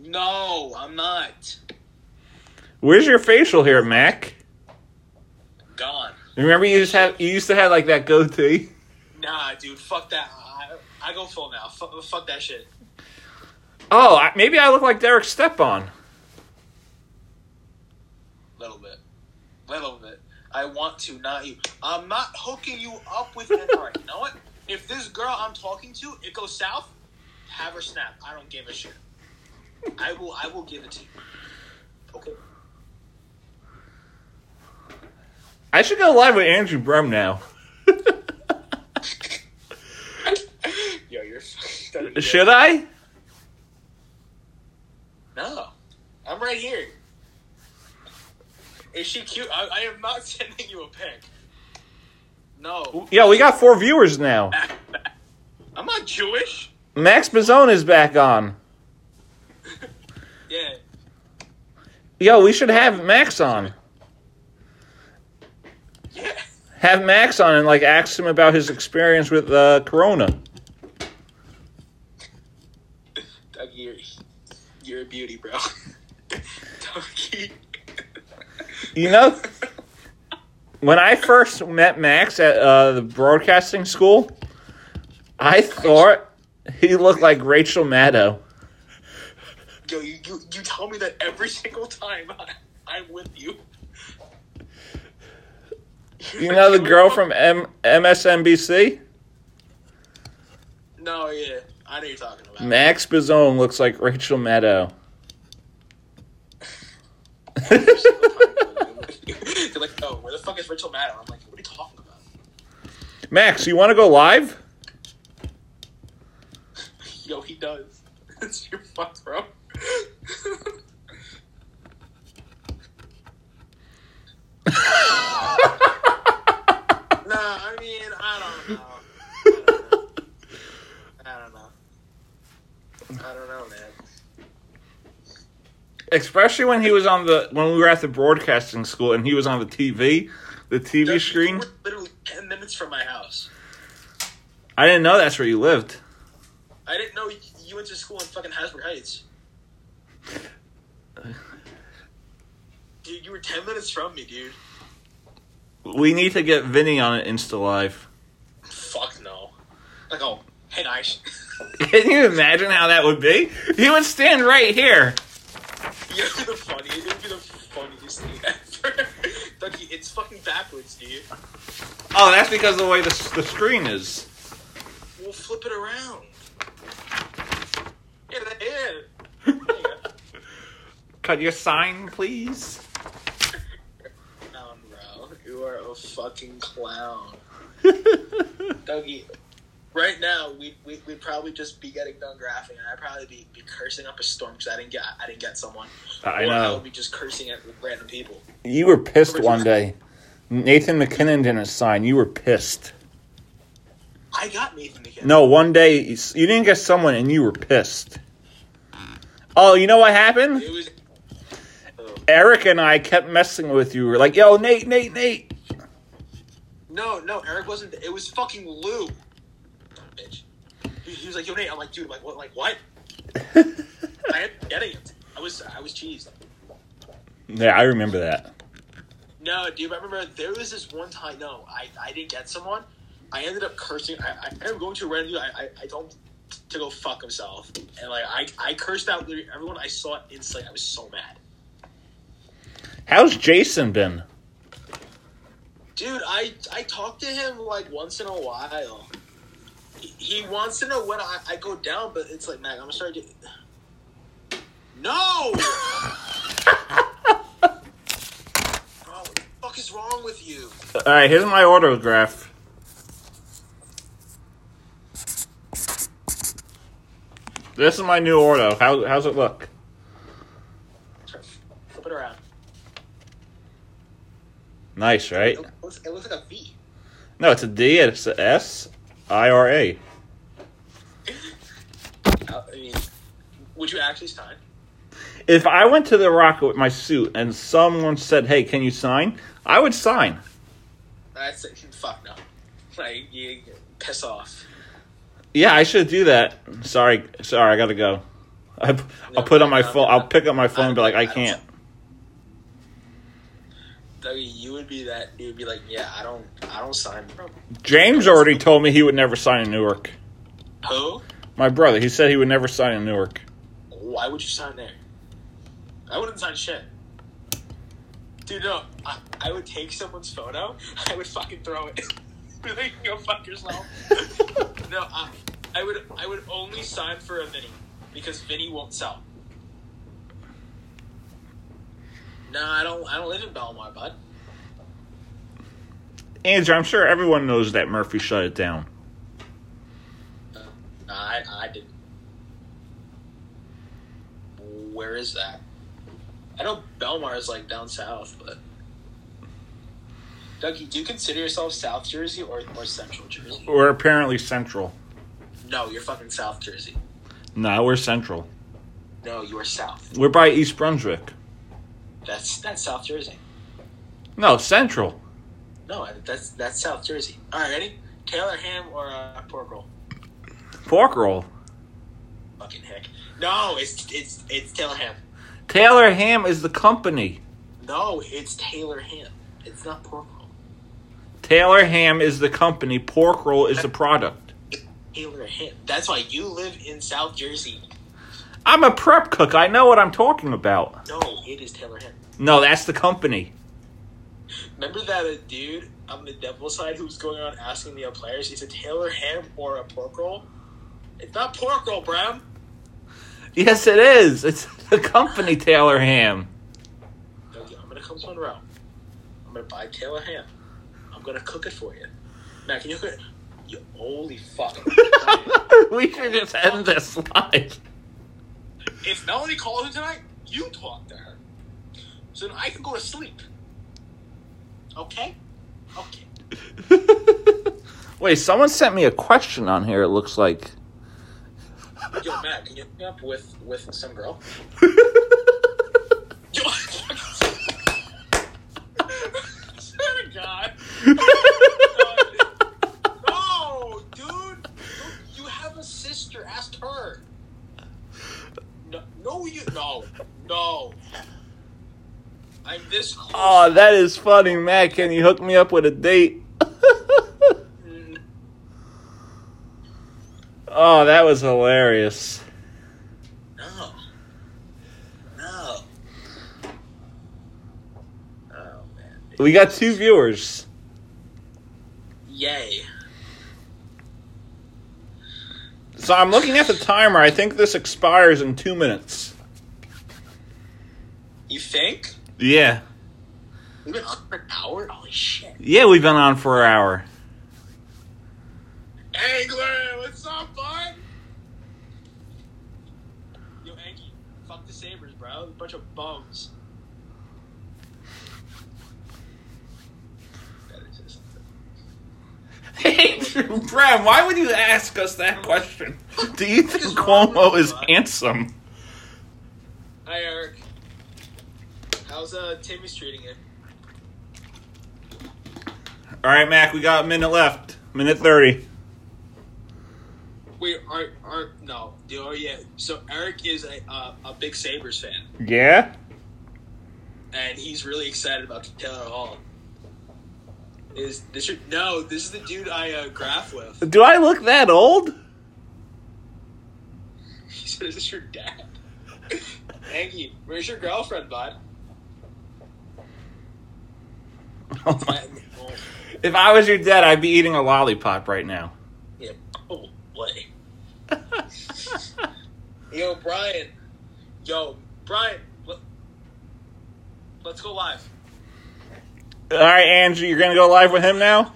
S2: No, I'm not.
S1: Where's your facial hair, Mac?
S2: Gone.
S1: Remember you just had you used to have like that goatee.
S2: Nah, dude, fuck that. I, I go full now. Fuck, fuck that shit.
S1: Oh, I, maybe I look like Derek Stepan.
S2: Little bit. Little bit. I want to, not you. I'm not hooking you up with it. All right, you know what? If this girl I'm talking to, it goes south, have her snap. I don't give a shit. I will. I will give it to you. Okay.
S1: I should go live with Andrew Brum now.
S2: Yo, you're. fucking-
S1: Should I?
S2: No, I'm right here. Is she cute? I, I am not sending you a pic. No,
S1: Yo, we got four viewers now.
S2: I'm not Jewish.
S1: Max Bazone is back on.
S2: Yeah,
S1: Yo, we should have Max on.
S2: yeah.
S1: Have Max on and like ask him about his experience with uh, Corona.
S2: Doug, you're, you're a beauty, bro. Dougie.
S1: You know, when I first met Max at uh, the broadcasting school, I thought he looked like Rachel Maddow.
S2: Yo, you, you, you tell me that every single time I, I'm with you.
S1: You know the girl from M- MSNBC?
S2: No, yeah, I know you're talking about.
S1: Max Bazone looks like Rachel Maddow.
S2: Every single time I'm with you. They're like, oh, where the fuck is Rachel Maddow? I'm like, what are you talking about?
S1: Max, you want to go live?
S2: Yo, he does. You're fucked, bro. nah, I mean, I don't know. I don't know. I don't know, man.
S1: Especially when he was on the when we were at the broadcasting school and he was on the TV, the TV screen.
S2: We're literally 10 minutes from my house.
S1: I didn't know that's where you lived.
S2: I didn't know you went to school in fucking Hasbro Heights. Dude, you were 10 minutes from me, dude.
S1: We need to get Vinny on an Insta live.
S2: Fuck no. Like, oh, hey, nice.
S1: Can you imagine how that would be? He would stand right here.
S2: You're the funniest. It would be the funniest thing ever. Ducky, it's fucking backwards, dude.
S1: Oh, that's because of the way the, s- the screen is.
S2: We'll flip it around. Yeah, that, yeah. There you go.
S1: Cut your sign, please.
S2: Clown, bro. You are a fucking clown. Dougie, right now we we would probably just be getting done graphing, and I'd probably be, be cursing up a storm because I didn't get I didn't get someone.
S1: I
S2: or I
S1: know.
S2: would be just cursing at random people.
S1: You were pissed one day. Nathan McKinnon didn't sign. You were pissed.
S2: I got Nathan again.
S1: No, one day you s- you didn't get someone and you were pissed. Oh, you know what happened?
S2: it was. Oh.
S1: Eric and I kept messing with you. We were like, yo, Nate, Nate, Nate.
S2: No, no, Eric wasn't. It was fucking Lou. Bitch. He, he was like, "Yo, Nate." I'm like, "Dude, like what? Like what?" I am getting it. I was, I was cheesed.
S1: Yeah, I remember that.
S2: No, do you remember there was this one time? No, I, I didn't get someone. I ended up cursing. I, I ended up going to a random. dude, I, I, I told him to go fuck himself, and like I, I cursed out literally everyone I saw instantly. I was so mad,
S1: How's Jason been?
S2: dude. I, I talk to him like once in a while. He, he wants to know when I, I go down, but it's like, Mac, I'm sorry. To... No. Bro, what the fuck is wrong with you?
S1: All right, here's my autograph. This is my new order. How, how's it look?
S2: Flip it around.
S1: Nice, right?
S2: It looks, it looks like a V.
S1: No, it's a D. It's a S. I R A.
S2: Uh, I mean, would you actually sign?
S1: If I went to the Rocket with my suit and someone said, "Hey, can you sign?" I would sign.
S2: That's it. Fuck no. Like you piss off.
S1: Yeah, I should do that. Sorry, sorry, I gotta go. I, I'll put on my phone. I'll pick up my phone and be like, "I can't."
S2: I mean, you would be that. You would be like, yeah, I don't, I don't sign, bro.
S1: James already told me he would never sign in Newark.
S2: Who?
S1: My brother, he said he would never sign in Newark.
S2: Why would you sign there? I wouldn't sign shit. Dude, no. I, I would take someone's photo. I would fucking throw it. Be like, go fuck yourself. no, I, I would, I would only sign for a Vinny because Vinny won't sell. No, I don't. I don't live in Belmar, bud.
S1: Andrew, I'm sure everyone knows that Murphy shut it down.
S2: No, I, I didn't. Where is that? I know Belmar is like down south, but. Dougie, do you consider yourself South Jersey or, or Central Jersey?
S1: We're apparently central.
S2: No, you're fucking South Jersey.
S1: No, we're central.
S2: No, you are South.
S1: We're by East Brunswick.
S2: That's that's South Jersey.
S1: No, central.
S2: No, that's that's South Jersey. All right, ready? Taylor ham or uh, pork roll?
S1: Pork roll.
S2: Fucking heck. No, it's it's it's Taylor ham.
S1: Taylor Ham is the company.
S2: No, it's Taylor ham. It's not pork roll.
S1: Taylor Ham is the company. Pork roll is the product.
S2: Taylor ham. That's why you live in South Jersey.
S1: I'm a prep cook. I know what I'm talking about.
S2: No, it is Taylor ham.
S1: No, that's the company.
S2: Remember that uh, dude on the Devil's side who was going around asking the players, is it Taylor ham or a pork roll? It's not pork roll, bro.
S1: Yes, it is. It's the company Taylor Ham.
S2: Okay, I'm gonna come to Monroe. I'm gonna buy Taylor ham. I'm gonna cook it for you. Now, can you cook it? You holy fuck.
S1: we should just end this live.
S2: if Melanie calls you tonight, you talk to her. So then I can go to sleep. Okay? Okay.
S1: Wait, someone sent me a question on here. It looks like.
S2: Yo, Matt, can you hook me up with with some girl? Yo, swear to God. No, dude. You have a sister. Ask her. No, no, you no, no. I'm this close.
S1: oh, that is funny, Matt. Can you hook me up with a date? oh, that was hilarious.
S2: No. No. Oh man.
S1: We got two viewers.
S2: Yay.
S1: So I'm looking at the timer. I think this expires in two minutes.
S2: You think?
S1: Yeah.
S2: We've been on for an hour? Holy shit.
S1: Yeah, we've been on for an hour.
S2: Hey, Glenn, what's up, bud? Yo, Angie, fuck the Sabres, bro. A bunch of bums. That is just something.
S1: Andrew Brown, why would you ask us that question? Do you think Cuomo is handsome?
S2: Hi, Eric. How's uh, Timmy's treating it?
S1: All right, Mac, we got a minute left. Minute 30.
S2: Wait, are are no? Oh yeah. So Eric is a uh, a big Sabres fan,
S1: Yeah?
S2: and he's really excited about Taylor Hall. Is this your, no? This is the dude I uh, graph with.
S1: Do I look that old?
S2: He said, "Is this your dad?" Thank you. Where's your girlfriend, bud?
S1: Oh my. If I was your dad, I'd be eating a lollipop right now.
S2: Yeah, oh boy. Yo, Brian. Yo, Brian. let- Let's go live.
S1: All right, Andrew, you're going to go live with him now?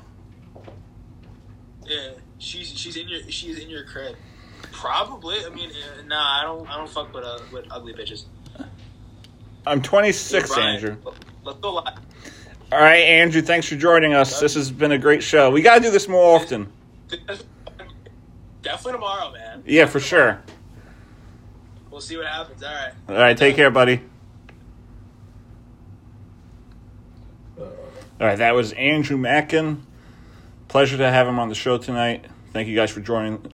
S2: Yeah, she's she's in your she's in your crib. Probably. I mean, uh, nah. I don't I don't fuck with uh, with ugly bitches.
S1: I'm 26,
S2: Brian,
S1: Andrew.
S2: let- Let's go live.
S1: All right, Andrew, thanks for joining us. This has been a great show. We got to do this more often.
S2: Definitely tomorrow, man.
S1: Yeah, for sure.
S2: We'll We'll see what happens. All right.
S1: All right, take care, buddy. All right, that was Andrew Mackin. Pleasure to have him on the show tonight. Thank you guys for joining